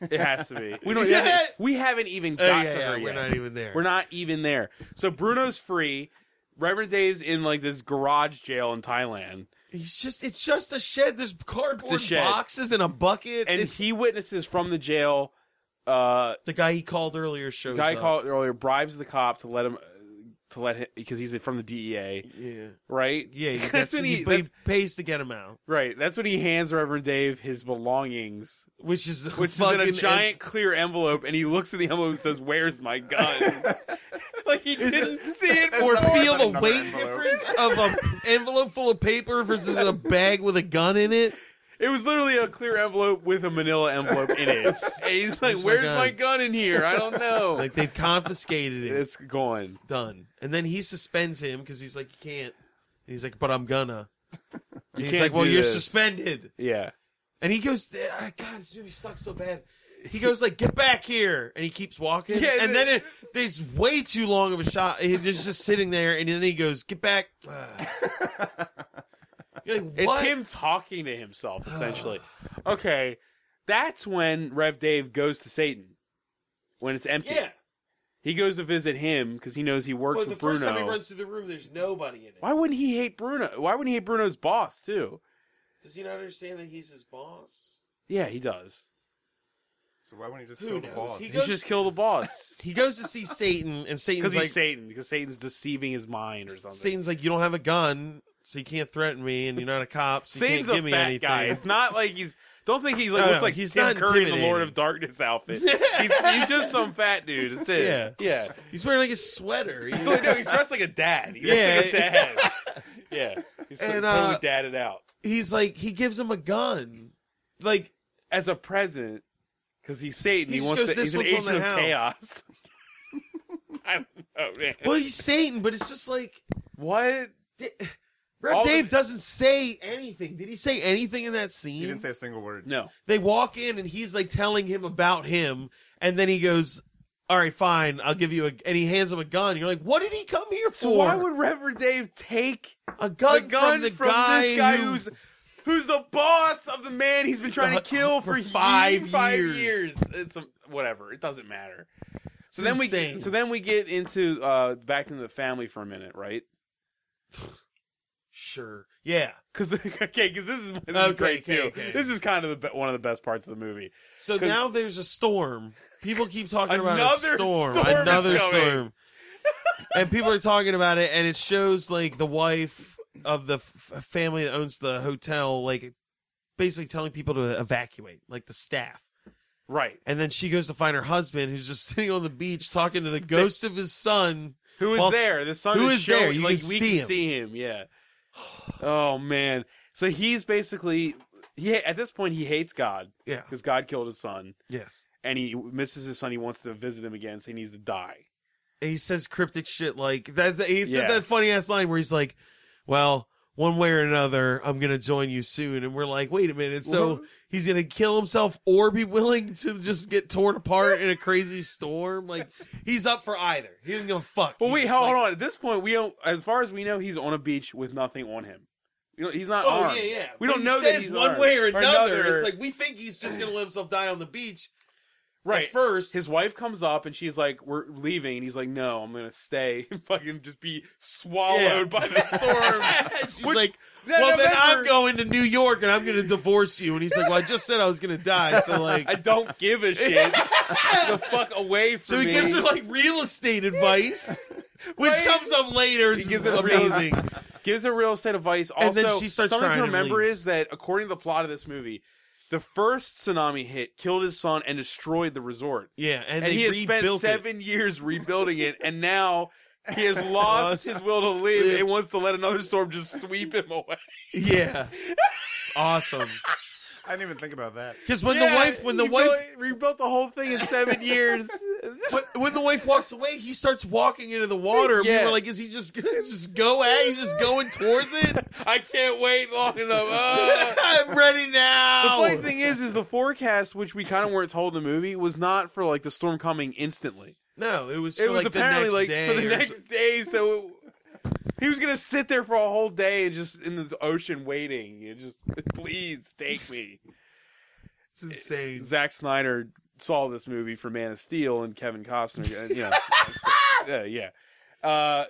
Speaker 4: It has to be. We don't.
Speaker 5: Yeah.
Speaker 4: we haven't- We haven't even
Speaker 5: Oh,
Speaker 4: got
Speaker 5: yeah,
Speaker 4: to
Speaker 5: yeah,
Speaker 4: her
Speaker 5: we're
Speaker 4: yet.
Speaker 5: not even there.
Speaker 4: We're not even there. So Bruno's free. Reverend Dave's in like this garage jail in Thailand,
Speaker 5: He's just. It's just a shed. There's cardboard
Speaker 4: shed.
Speaker 5: boxes and a bucket.
Speaker 4: and
Speaker 5: It's-
Speaker 4: he witnesses from the jail. Uh,
Speaker 5: the guy he called earlier shows
Speaker 4: guy
Speaker 5: up.
Speaker 4: called earlier bribes the cop to let him uh, to let him because he's from the DEA,
Speaker 5: Yeah.
Speaker 4: right?
Speaker 5: Yeah, he-
Speaker 4: that's,
Speaker 5: that's,
Speaker 4: when
Speaker 5: he,
Speaker 4: he.
Speaker 5: but he
Speaker 4: that's-
Speaker 5: pays to get him out,
Speaker 4: right, that's when he hands Reverend Dave his belongings,
Speaker 5: which is
Speaker 4: which is in
Speaker 5: fucking-
Speaker 4: a giant clear envelope, and he looks at the envelope and says, "Where's my gun?" like he didn't see it
Speaker 5: or
Speaker 2: There's no
Speaker 5: feel
Speaker 2: one but another
Speaker 5: the weight
Speaker 2: envelope.
Speaker 5: difference of an envelope full of paper versus a bag with a gun in it.
Speaker 4: It was literally a clear envelope with a manila envelope in it. and he's like,
Speaker 5: my
Speaker 4: Where's
Speaker 5: gun?"
Speaker 4: my gun in here? I don't know.
Speaker 5: Like they've confiscated it.
Speaker 4: it's gone.
Speaker 5: done. And then he suspends him because he's like, you can't. And he's like, but I'm gonna.
Speaker 4: You
Speaker 5: he's
Speaker 4: can't
Speaker 5: like, well,
Speaker 4: do
Speaker 5: you're
Speaker 4: this."
Speaker 5: suspended.
Speaker 4: Yeah.
Speaker 5: And he goes, ah, God, this movie sucks so bad. He goes like, get back here, and he keeps walking.
Speaker 4: Yeah,
Speaker 5: and
Speaker 4: the-
Speaker 5: then it, there's way too long of a shot. He's just sitting there, and then he goes, get back. You're like,
Speaker 4: It's
Speaker 5: what?
Speaker 4: him talking to himself, essentially. okay. That's when Rev Dave goes to Satan. When it's empty.
Speaker 5: Yeah.
Speaker 4: He goes to visit him because he knows he works
Speaker 5: Well, the
Speaker 4: with
Speaker 5: first time he
Speaker 4: Bruno.
Speaker 5: runs through the room, there's nobody in it.
Speaker 4: Why wouldn't he hate Bruno? Why wouldn't he hate Bruno's boss too?
Speaker 5: Does he not understand that he's his boss?
Speaker 4: Yeah, he does.
Speaker 2: so why wouldn't he just
Speaker 5: Who
Speaker 2: kill the
Speaker 5: knows?
Speaker 2: boss?
Speaker 5: He
Speaker 4: He should just kill the boss
Speaker 5: He goes to see Satan, and Satan's
Speaker 4: because
Speaker 5: like,
Speaker 4: he's Satan. Because Satan's deceiving his mind or something.
Speaker 5: Satan's like, you don't have a gun, so you can't threaten me, and you're not a cop, so you
Speaker 4: Satan's
Speaker 5: can't
Speaker 4: a
Speaker 5: give me
Speaker 4: fat
Speaker 5: anything.
Speaker 4: guy. It's not like he's. Don't think he's like
Speaker 5: No,
Speaker 4: looks
Speaker 5: no,
Speaker 4: like
Speaker 5: he's
Speaker 4: he's Tim
Speaker 5: not
Speaker 4: Curry in the Lord
Speaker 5: intimidating.
Speaker 4: of Darkness outfit. he's, he's just some fat dude. That's it. Yeah, yeah.
Speaker 5: He's wearing like a sweater. He's
Speaker 4: He's, like, no, he's dressed like a dad. He's
Speaker 5: Yeah.
Speaker 4: like a dad. yeah, he's so-
Speaker 5: And,
Speaker 4: totally
Speaker 5: uh,
Speaker 4: dadded out
Speaker 5: he's like he gives him a gun. Like
Speaker 4: as a present because he's Satan.
Speaker 5: He
Speaker 4: He,
Speaker 5: just
Speaker 4: wants
Speaker 5: goes,
Speaker 4: to. He's
Speaker 5: "This
Speaker 4: an
Speaker 5: one's on
Speaker 4: agent of
Speaker 5: the
Speaker 4: chaos. I don't know, man.
Speaker 5: well he's Satan, but it's just like
Speaker 4: What?
Speaker 5: D- Rev
Speaker 4: All
Speaker 5: Dave
Speaker 4: the-
Speaker 5: doesn't say anything. Did he say anything in that scene?
Speaker 2: He didn't say a single word.
Speaker 4: No.
Speaker 5: they walk in and he's like telling him about him, and then he goes, All right, fine, I'll give you a and he hands him a gun. You're like, What did he come here for?
Speaker 4: So why would Reverend Dave take
Speaker 5: a gun,
Speaker 4: the gun
Speaker 5: from
Speaker 4: from,
Speaker 5: the guy,
Speaker 4: this guy
Speaker 5: who- Uh,
Speaker 4: who's who's the boss of the man he's been trying to kill
Speaker 5: For
Speaker 4: for,
Speaker 5: five
Speaker 4: ye- five
Speaker 5: years.
Speaker 4: It's um whatever. It doesn't matter. So then we
Speaker 5: insane.
Speaker 4: so then we get into uh back into the family for a minute, right?
Speaker 5: Sure. Yeah.
Speaker 4: Because okay, because this is this is
Speaker 5: Okay,
Speaker 4: great
Speaker 5: okay,
Speaker 4: too.
Speaker 5: okay.
Speaker 4: This is kind of the be- one of the best parts of the movie.
Speaker 5: So
Speaker 4: 'Cause-
Speaker 5: now there's a storm. People keep talking about
Speaker 4: Another
Speaker 5: a storm.
Speaker 4: storm is
Speaker 5: Another
Speaker 4: coming.
Speaker 5: storm. and people are talking about it, and it shows like the wife of the f- family that owns the hotel, like basically telling people to evacuate, like the staff.
Speaker 4: Right.
Speaker 5: And then she goes to find her husband, who's just sitting on the beach talking to the ghost of his son.
Speaker 4: Who is
Speaker 5: Well,
Speaker 4: there? The sun
Speaker 5: who
Speaker 4: is,
Speaker 5: is there?
Speaker 4: showing-
Speaker 5: You
Speaker 4: like
Speaker 5: can
Speaker 4: we
Speaker 5: see
Speaker 4: can
Speaker 5: him.
Speaker 4: see him. Yeah. Oh man. So he's basically he at this point he hates God
Speaker 5: Yeah.
Speaker 4: because God killed his son
Speaker 5: Yes.
Speaker 4: and he misses his son. He wants to visit him again, so he needs to die.
Speaker 5: And he says cryptic shit like that's he said
Speaker 4: Yeah.
Speaker 5: that funny ass line where he's like, Well, one way or another, I'm gonna join you soon and we're like, wait a minute, so
Speaker 4: Well-
Speaker 5: he's gonna kill himself or be willing to just get torn apart in a crazy storm? Like he's up for either. He doesn't give a fuck.
Speaker 4: Well,
Speaker 5: He's
Speaker 4: wait,
Speaker 5: just
Speaker 4: hold,
Speaker 5: like,
Speaker 4: hold on. At this point, we don't. As far as we know, he's on a beach with nothing on him. You know, he's not
Speaker 5: Oh
Speaker 4: armed.
Speaker 5: yeah, yeah.
Speaker 4: We
Speaker 5: But
Speaker 4: don't
Speaker 5: he
Speaker 4: know that
Speaker 5: says
Speaker 4: he's
Speaker 5: one
Speaker 4: armed
Speaker 5: way or another. It's like we think he's just gonna let himself die on the beach
Speaker 4: right.
Speaker 5: at first.
Speaker 4: His wife comes up and she's like, "We're leaving," and he's like, "No, I'm gonna stay and fucking just be swallowed
Speaker 5: Yeah.
Speaker 4: by the storm."
Speaker 5: And she's
Speaker 4: Which-
Speaker 5: like,
Speaker 4: Then
Speaker 5: well, then I'm
Speaker 4: remember-
Speaker 5: going to New York and I'm going to divorce you. And he's like, well, I just said I was going to die. So,
Speaker 4: I
Speaker 5: like,
Speaker 4: don't give a shit. the fuck away from
Speaker 5: so
Speaker 4: me.
Speaker 5: he gives her like real estate advice, which
Speaker 4: Right.
Speaker 5: comes up later. It's
Speaker 4: He gives
Speaker 5: just
Speaker 4: it real-
Speaker 5: amazing.
Speaker 4: gives a real estate advice. Also,
Speaker 5: And then she starts
Speaker 4: something
Speaker 5: crying
Speaker 4: to
Speaker 5: and
Speaker 4: remember
Speaker 5: leaves.
Speaker 4: is that according to the plot of this movie, the first tsunami hit killed his son and destroyed the resort.
Speaker 5: Yeah. And,
Speaker 4: and,
Speaker 5: they
Speaker 4: he has
Speaker 5: rebuilt
Speaker 4: spent
Speaker 5: it.
Speaker 4: seven years rebuilding it, and now he has lost his will to live
Speaker 5: Live.
Speaker 4: and wants to let another storm just sweep him away.
Speaker 5: Yeah. It's awesome.
Speaker 2: I didn't even think about that.
Speaker 5: Because when the
Speaker 4: Yeah,
Speaker 5: wife, when the
Speaker 4: he
Speaker 5: wife,
Speaker 4: built- rebuilt the whole thing in seven years.
Speaker 5: when, when the wife walks away, he starts walking into the water. And
Speaker 4: Yeah.
Speaker 5: we were like, is he just going to just go at He's just going towards it?
Speaker 4: I can't wait long enough. Ah.
Speaker 5: I'm ready
Speaker 4: The
Speaker 5: now.
Speaker 4: funny thing is, is the forecast, which we kind of weren't told in the movie, was not for like the storm coming instantly.
Speaker 5: no, it was,
Speaker 4: It
Speaker 5: for,
Speaker 4: was
Speaker 5: like,
Speaker 4: apparently
Speaker 5: the next
Speaker 4: like
Speaker 5: day
Speaker 4: for the
Speaker 5: or
Speaker 4: next
Speaker 5: so-
Speaker 4: day, so he was gonna sit there for a whole day and just in the ocean waiting. You just please take me.
Speaker 5: It's insane.
Speaker 4: Zack Snyder saw this movie for Man of Steel and Kevin Costner. And, you know, yeah, yeah. Uh,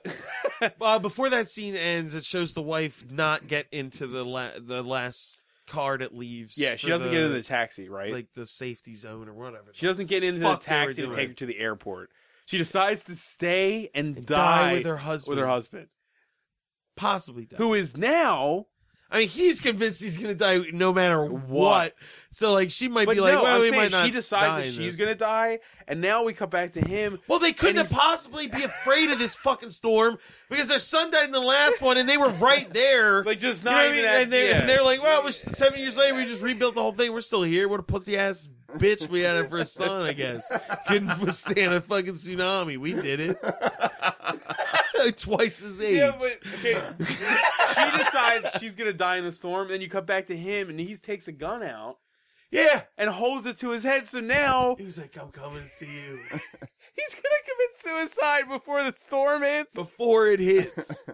Speaker 5: Uh, before that scene ends, it shows the wife not get into the la- the last car that leaves.
Speaker 4: yeah, she
Speaker 5: for
Speaker 4: doesn't get into the taxi, right?
Speaker 5: like the safety zone or whatever.
Speaker 4: she doesn't get into the
Speaker 5: fuck they were
Speaker 4: taxi to
Speaker 5: doing.
Speaker 4: take her to the airport. She decides to stay and,
Speaker 5: And
Speaker 4: die,
Speaker 5: die with her husband.
Speaker 4: With her husband,
Speaker 5: possibly die.
Speaker 4: who is now.
Speaker 5: I mean, he's convinced he's gonna die no matter what. So like, she might
Speaker 4: But
Speaker 5: be like,
Speaker 4: no,
Speaker 5: well,
Speaker 4: I'm
Speaker 5: we
Speaker 4: saying
Speaker 5: might not
Speaker 4: she
Speaker 5: die
Speaker 4: decides
Speaker 5: in
Speaker 4: that she's
Speaker 5: this.
Speaker 4: gonna die, and now we come back to him.
Speaker 5: Well, they
Speaker 4: and
Speaker 5: couldn't have
Speaker 4: he's-
Speaker 5: possibly be afraid of this fucking storm because their son died in the last one, and they were right there.
Speaker 4: Like just
Speaker 5: You
Speaker 4: not
Speaker 5: know what I
Speaker 4: even
Speaker 5: mean?
Speaker 4: at-
Speaker 5: and, they,
Speaker 4: yeah.
Speaker 5: and they're like, well, it was seven years later, we just rebuilt the whole thing. We're still here. What a pussy ass bitch we had it for a son, I guess. Couldn't withstand a fucking tsunami. We did it. Twice his age.
Speaker 4: Yeah, but okay. she decides she's gonna die in the storm. Then you cut back to him, and he takes a gun out
Speaker 5: yeah.
Speaker 4: and holds it to his head. So now
Speaker 5: He was like, I'm coming to see you
Speaker 4: he's gonna commit suicide before the storm hits.
Speaker 5: before it hits.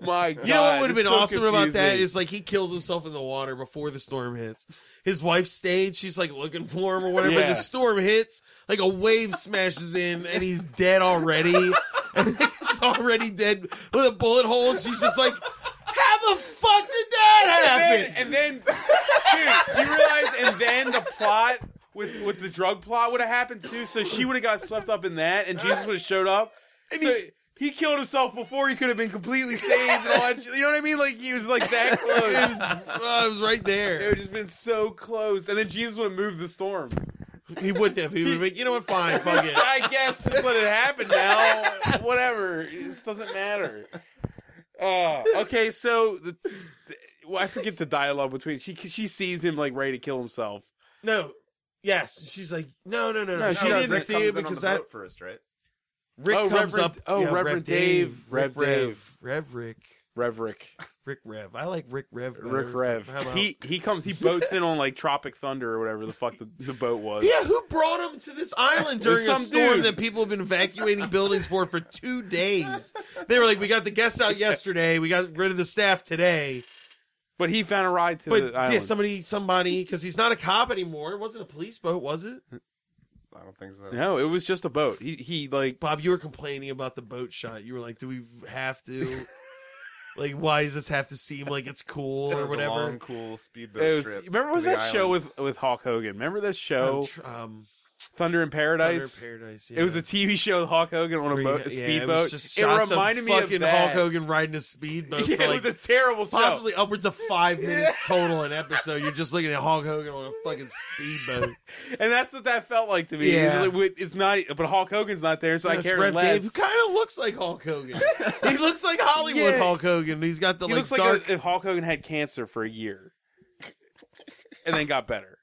Speaker 4: My God,
Speaker 5: You know what would have been
Speaker 4: it's so
Speaker 5: awesome about that
Speaker 4: confusing.
Speaker 5: is like he kills himself in the water before the storm hits. His wife stayed, she's like looking for him or whatever.
Speaker 4: Yeah.
Speaker 5: The storm hits, like a wave smashes in, and he's dead already. and he's already dead with a bullet hole. And she's just like, "How the fuck did that happen?"
Speaker 4: And then, and then dude, do you realize? And then the plot with with the drug plot would have happened too. So she would have got swept up in that, and Jesus would have showed up. And he, he killed himself before he could have been completely saved. And all that, shit. you know what I mean? Like he was like that
Speaker 5: it,
Speaker 4: close.
Speaker 5: was, well, uh, it was right
Speaker 4: It
Speaker 5: there.
Speaker 4: would just been so close, and then Jesus would have moved the storm.
Speaker 5: He wouldn't have. He would have been, you know what? Fine, fuck it.
Speaker 4: I guess just let it happen now. Whatever, it doesn't matter. Uh, okay, so the, the- well, I forget the dialogue between she. She sees him like ready to kill himself.
Speaker 5: No. Yes, she's like, no, no, no, no.
Speaker 4: No,
Speaker 5: she
Speaker 4: no,
Speaker 5: didn't
Speaker 4: Rick
Speaker 5: see
Speaker 2: comes
Speaker 5: it
Speaker 2: in on
Speaker 5: because
Speaker 2: the
Speaker 5: that
Speaker 2: boat first, right?
Speaker 5: Rick
Speaker 4: Oh,
Speaker 5: comes
Speaker 4: Reverend-
Speaker 5: up.
Speaker 4: oh, Reverend Dave, Rev
Speaker 5: Rev
Speaker 4: Dave.
Speaker 5: Rev Rick.
Speaker 4: Reverick.
Speaker 5: Rick Rev. I like Rick Rev. better.
Speaker 4: Rick Rev.
Speaker 5: How about-
Speaker 4: He he comes he boats in on like Tropic Thunder or whatever the fuck the, the boat was.
Speaker 5: yeah, who brought him to this island during
Speaker 4: some
Speaker 5: a storm
Speaker 4: dude.
Speaker 5: that people have been evacuating buildings for for two days? They were like, "We got the guests out yesterday. We got rid of the staff today."
Speaker 4: But he found a ride to
Speaker 5: But
Speaker 4: the island.
Speaker 5: yeah, somebody, somebody, because he's not a cop anymore. It wasn't a police boat, was it?
Speaker 2: I don't think so.
Speaker 4: No, it was just a boat. He he like
Speaker 5: Bob, you were complaining about the boat shot. You were like, "Do we have to? like, why does this have to seem like it's cool
Speaker 2: That
Speaker 5: or
Speaker 2: was a
Speaker 5: whatever?"
Speaker 2: long, cool speedboat
Speaker 4: It was,
Speaker 2: trip.
Speaker 4: remember
Speaker 2: to
Speaker 4: was
Speaker 2: the
Speaker 4: that show
Speaker 2: islands.
Speaker 4: with with Hulk Hogan? Remember that show
Speaker 5: Um, tr- um,
Speaker 4: Thunder in
Speaker 5: Thunder in
Speaker 4: Paradise?
Speaker 5: Paradise.
Speaker 4: It was
Speaker 5: yeah.
Speaker 4: a TV show with Hulk Hogan on a
Speaker 5: Where
Speaker 4: boat,
Speaker 5: you-
Speaker 4: a
Speaker 5: yeah,
Speaker 4: speedboat.
Speaker 5: It, was just shots
Speaker 4: reminded
Speaker 5: of
Speaker 4: me
Speaker 5: fucking
Speaker 4: of that.
Speaker 5: Hulk Hogan riding a speedboat
Speaker 4: Yeah,
Speaker 5: for
Speaker 4: it
Speaker 5: like
Speaker 4: was a terrible show.
Speaker 5: possibly upwards of five minutes total an episode. You're just looking at Hulk Hogan on a fucking speedboat.
Speaker 4: And that's what that felt like to me. It was
Speaker 5: Yeah.
Speaker 4: like, wait, It's, not, but Hulk Hogan's not there, so I
Speaker 5: That's
Speaker 4: care
Speaker 5: Rev
Speaker 4: less.
Speaker 5: Dave, who kind of looks like Hulk Hogan. he looks like Hollywood
Speaker 4: Yeah.
Speaker 5: Hulk Hogan. He's got the
Speaker 4: He
Speaker 5: like
Speaker 4: looks like
Speaker 5: dark.
Speaker 4: a, if Hulk Hogan had cancer for a year and then got better.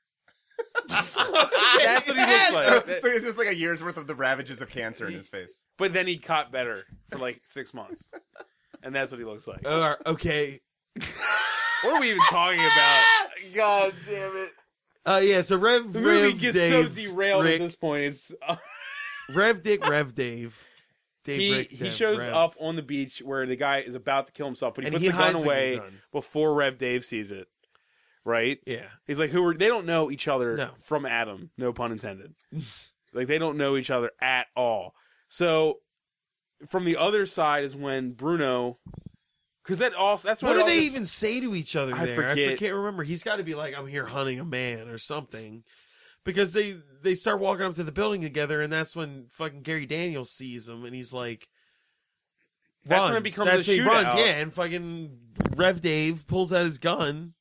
Speaker 4: that's what he
Speaker 5: uh,
Speaker 4: looks
Speaker 2: So,
Speaker 4: like.
Speaker 2: so it's just like a year's worth of the ravages of cancer in his face.
Speaker 4: But then he caught better for like six months, and that's what he looks like.
Speaker 5: Oh, all right, okay.
Speaker 4: What are we even talking about? God damn it!
Speaker 5: Uh, yeah. So Rev
Speaker 4: The movie
Speaker 5: Rev
Speaker 4: gets so
Speaker 5: Dave,
Speaker 4: derailed
Speaker 5: Rick-
Speaker 4: at this point. It's
Speaker 5: Rev Dick Rev Dave. Dave
Speaker 4: he
Speaker 5: Rick,
Speaker 4: he
Speaker 5: Dev,
Speaker 4: shows
Speaker 5: Rev.
Speaker 4: up on the beach where the guy is about to kill himself, but he
Speaker 5: And
Speaker 4: puts
Speaker 5: he
Speaker 4: the gun
Speaker 5: hides the
Speaker 4: away
Speaker 5: gun.
Speaker 4: before Rev Dave sees it. Right?
Speaker 5: Yeah.
Speaker 4: He's like, who are they? Don't know each other
Speaker 5: No.
Speaker 4: from Adam. No pun intended. like they don't know each other at all. So from the other side is when Bruno, because that all that's
Speaker 5: What
Speaker 4: do
Speaker 5: do they even say to each other
Speaker 4: I
Speaker 5: there? I,
Speaker 4: forget.
Speaker 5: can't remember. He's got to be like, "I'm here hunting a man" or something, because they they start walking up to the building together, and that's when fucking Gary Daniels sees him, and he's like,
Speaker 4: That's when it
Speaker 5: runs.
Speaker 4: becomes
Speaker 5: that's
Speaker 4: a
Speaker 5: when he runs,
Speaker 4: shootout.
Speaker 5: yeah, and fucking Rev Dave pulls out his gun.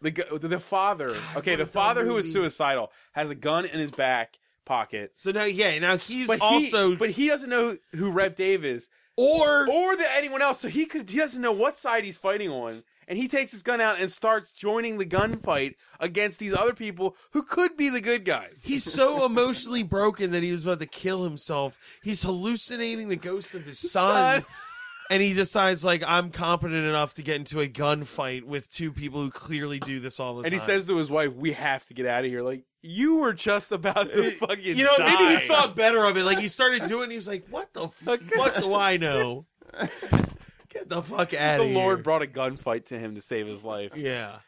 Speaker 4: the gu- the, the father? okay,
Speaker 5: what
Speaker 4: the
Speaker 5: a dumb
Speaker 4: father who is
Speaker 5: movie.
Speaker 4: suicidal has a gun in his back pocket.
Speaker 5: So now, yeah, now he's
Speaker 4: But
Speaker 5: also
Speaker 4: he, but he doesn't know who Rev Dave is.
Speaker 5: or
Speaker 4: or that anyone else. So he could he doesn't know what side he's fighting on, and he takes his gun out and starts joining the gunfight against these other people who could be the good guys.
Speaker 5: He's so emotionally broken that he was about to kill himself. He's hallucinating the ghost of his son,
Speaker 4: Son.
Speaker 5: and he decides like I'm competent enough to get into a gunfight with two people who clearly do this all the
Speaker 4: And
Speaker 5: time.
Speaker 4: he says to his wife, "We have to get out of here." Like you were just about to fucking
Speaker 5: you know, maybe
Speaker 4: die."
Speaker 5: he thought better of it. Like he started doing, it, he was like, "What the fuck? What do I know? Get the fuck out
Speaker 4: the
Speaker 5: of here!"
Speaker 4: Lord brought a gunfight to him to save his life.
Speaker 5: yeah,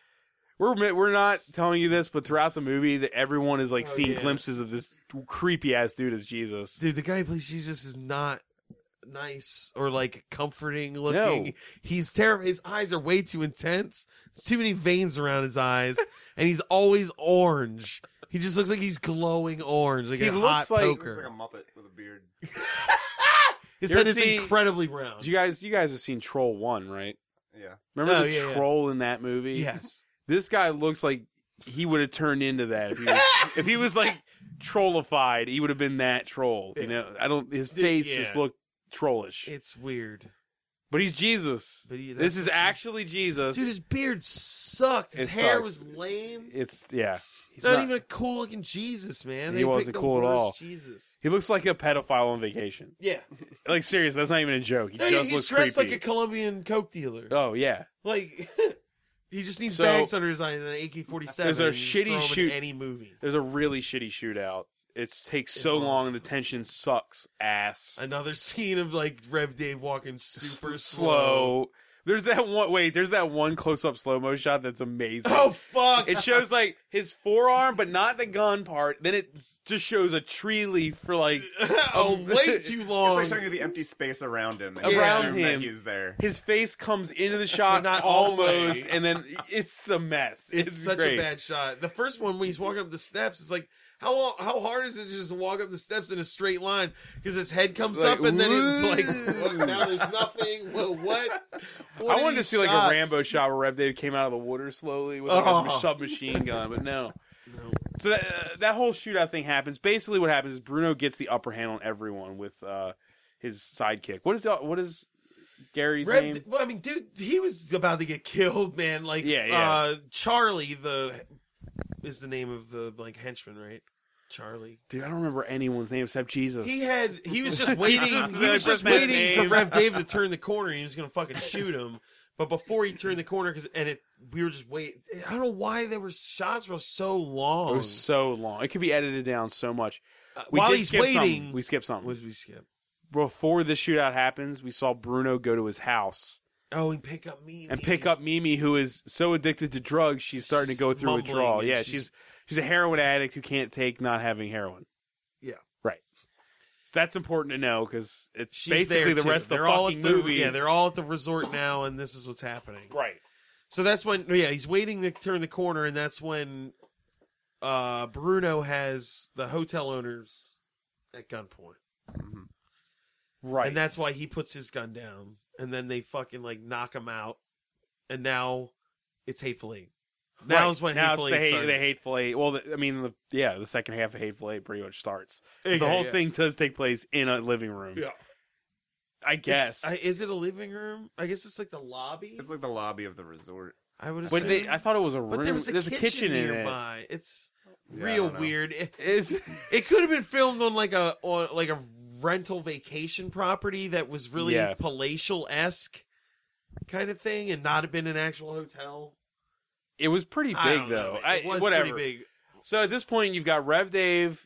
Speaker 4: We're mi- we're not telling you this, but throughout the movie, that everyone is like seeing
Speaker 5: Oh, yeah.
Speaker 4: glimpses of this creepy ass dude as Jesus.
Speaker 5: dude, the guy who plays Jesus is not nice or like comforting looking.
Speaker 4: No.
Speaker 5: He's terrible. His eyes are way too intense. There's too many veins around his eyes, and he's always orange. He just looks like he's glowing orange, like
Speaker 4: He
Speaker 5: a
Speaker 4: looks
Speaker 5: hot
Speaker 4: like-
Speaker 2: He looks
Speaker 5: poker.
Speaker 2: like a muppet with a beard.
Speaker 5: his
Speaker 4: You ever
Speaker 5: head is
Speaker 4: see-
Speaker 5: incredibly brown.
Speaker 4: You guys, you guys have seen Troll One, right?
Speaker 2: Yeah.
Speaker 4: Remember
Speaker 5: Oh,
Speaker 4: the
Speaker 5: yeah, yeah.
Speaker 4: troll in that movie?
Speaker 5: yes,
Speaker 4: this guy looks like he would have turned into that if he was, if he was like trollified. He would have been that troll. You
Speaker 5: Yeah.
Speaker 4: know, I don't. His
Speaker 5: Dude,
Speaker 4: face
Speaker 5: yeah.
Speaker 4: just looked trollish.
Speaker 5: it's weird.
Speaker 4: but he's Jesus.
Speaker 5: But he-
Speaker 4: this
Speaker 5: that's
Speaker 4: is
Speaker 5: what he's-
Speaker 4: actually Jesus.
Speaker 5: Dude, his beard sucked. His
Speaker 4: It
Speaker 5: hair
Speaker 4: sucks.
Speaker 5: was lame.
Speaker 4: it's yeah. He's
Speaker 5: not,
Speaker 4: not-
Speaker 5: even a cool looking Jesus, man.
Speaker 4: He
Speaker 5: They
Speaker 4: wasn't
Speaker 5: picked the
Speaker 4: cool at
Speaker 5: worst
Speaker 4: all.
Speaker 5: Jesus.
Speaker 4: he looks like a pedophile on vacation.
Speaker 5: Yeah,
Speaker 4: Like seriously, that's not even a joke. He just
Speaker 5: he's
Speaker 4: looks
Speaker 5: dressed
Speaker 4: creepy.
Speaker 5: like a Colombian coke dealer.
Speaker 4: oh yeah.
Speaker 5: Like he just needs
Speaker 4: So-
Speaker 5: bags under his eyes and an AK forty seven.
Speaker 4: There's a shitty shoot-
Speaker 5: any movie.
Speaker 4: There's a really shitty shootout. It takes so
Speaker 5: was.
Speaker 4: long. The tension sucks ass.
Speaker 5: Another scene of like Rev Dave walking super
Speaker 4: S-
Speaker 5: slow.
Speaker 4: There's that one. Wait, there's that one close-up slow-mo shot that's amazing.
Speaker 5: Oh fuck!
Speaker 4: It shows like his forearm, but not the gun part. Then it just shows a tree leaf for like
Speaker 5: oh, way too long.
Speaker 2: It's like showing you the empty space around him. and
Speaker 4: Around
Speaker 2: assume that
Speaker 4: him.
Speaker 2: he's there.
Speaker 4: his face comes into the shot,
Speaker 5: But not all the way.
Speaker 4: almost, and then it's a mess.
Speaker 5: It's, such
Speaker 4: great.
Speaker 5: a bad shot. The first one when he's walking up the steps, it's like how how hard is it to just walk up the steps in a straight line? Because his head comes
Speaker 4: Like,
Speaker 5: up and then it's like
Speaker 4: woo.
Speaker 5: "Well, now there's nothing. Well, what? What
Speaker 4: I
Speaker 5: are
Speaker 4: wanted to
Speaker 5: these
Speaker 4: see like
Speaker 5: shots?
Speaker 4: a Rambo shot where Rev Dave came out of the water slowly with like, a
Speaker 5: Oh.
Speaker 4: submachine gun, but no. So that, uh, that whole shootout thing happens. Basically, what happens is Bruno gets the upper hand on everyone with uh, his sidekick. What is the, what is Gary's
Speaker 5: Rev,
Speaker 4: name?
Speaker 5: well, I mean, dude, he was about to get killed, man. Like,
Speaker 4: Yeah, yeah.
Speaker 5: Uh, Charlie, the is the name of the like henchman, right? Charlie.
Speaker 4: Dude, I don't remember anyone's name except Jesus.
Speaker 5: He had. He was just waiting.
Speaker 4: Jesus
Speaker 5: he was
Speaker 4: is
Speaker 5: just
Speaker 4: that
Speaker 5: waiting for
Speaker 4: name.
Speaker 5: Rev Dave to turn the corner. and He was gonna fucking shoot him. But before he turned the corner, because and it, we were just waiting. I don't know why there were shots were so
Speaker 4: It
Speaker 5: long.
Speaker 4: was so long. It could be edited down so much.
Speaker 5: Um, Uh,
Speaker 4: We
Speaker 5: while
Speaker 4: did
Speaker 5: he's
Speaker 4: skip something.
Speaker 5: waiting,
Speaker 4: we skipped something.
Speaker 5: what did we skip?
Speaker 4: Before the shootout happens, we saw Bruno go to his house
Speaker 5: Oh, and pick up me
Speaker 4: and pick up Mimi, who is so addicted to drugs she's starting to go
Speaker 5: She's
Speaker 4: through
Speaker 5: mumbling
Speaker 4: withdrawal.
Speaker 5: and
Speaker 4: Yeah,
Speaker 5: she's-
Speaker 4: she's she's a heroin addict who can't take not having heroin.
Speaker 5: Yeah.
Speaker 4: Right. So that's important to know because it's
Speaker 5: She's
Speaker 4: basically
Speaker 5: there,
Speaker 4: the
Speaker 5: too.
Speaker 4: rest of
Speaker 5: They're
Speaker 4: the
Speaker 5: all
Speaker 4: fucking
Speaker 5: at the,
Speaker 4: movie.
Speaker 5: Yeah, they're all at the resort now, and this is what's happening.
Speaker 4: right.
Speaker 5: So that's when, yeah, he's waiting to turn the corner, and that's when uh, Bruno has the hotel owners at gunpoint,
Speaker 4: Right.
Speaker 5: and that's why he puts his gun down, and then they fucking like knock him out, and now it's hateful eight. Now
Speaker 4: Right.
Speaker 5: is when
Speaker 4: now
Speaker 5: hateful
Speaker 4: it's the,
Speaker 5: eight.
Speaker 4: hate,
Speaker 5: started.
Speaker 4: the hateful eight. Well, the, I mean, the, yeah, the second half of hateful eight pretty much starts. 'Cause the
Speaker 5: Yeah,
Speaker 4: whole
Speaker 5: yeah.
Speaker 4: thing does take place in a living room.
Speaker 5: Yeah.
Speaker 4: I
Speaker 5: It's-
Speaker 4: guess.
Speaker 5: I, is it a living room? I guess it's like the lobby.
Speaker 2: It's like the lobby of the resort.
Speaker 5: I would
Speaker 4: but
Speaker 5: assume.
Speaker 4: they, I thought it was a room.
Speaker 5: but there was a
Speaker 4: There's
Speaker 5: kitchen,
Speaker 4: a kitchen in it.
Speaker 5: nearby. It's
Speaker 2: Yeah, I
Speaker 5: real
Speaker 2: don't know.
Speaker 5: weird. It,
Speaker 4: It's,
Speaker 5: it could have been filmed on like a on like a rental vacation property that was really
Speaker 4: Yeah.
Speaker 5: palatial esque kind of thing, and not have been an actual hotel.
Speaker 4: it was pretty big
Speaker 5: I don't know,
Speaker 4: though.
Speaker 5: man.
Speaker 4: I,
Speaker 5: it was
Speaker 4: whatever.
Speaker 5: pretty big.
Speaker 4: So at this point, you've got Rev Dave.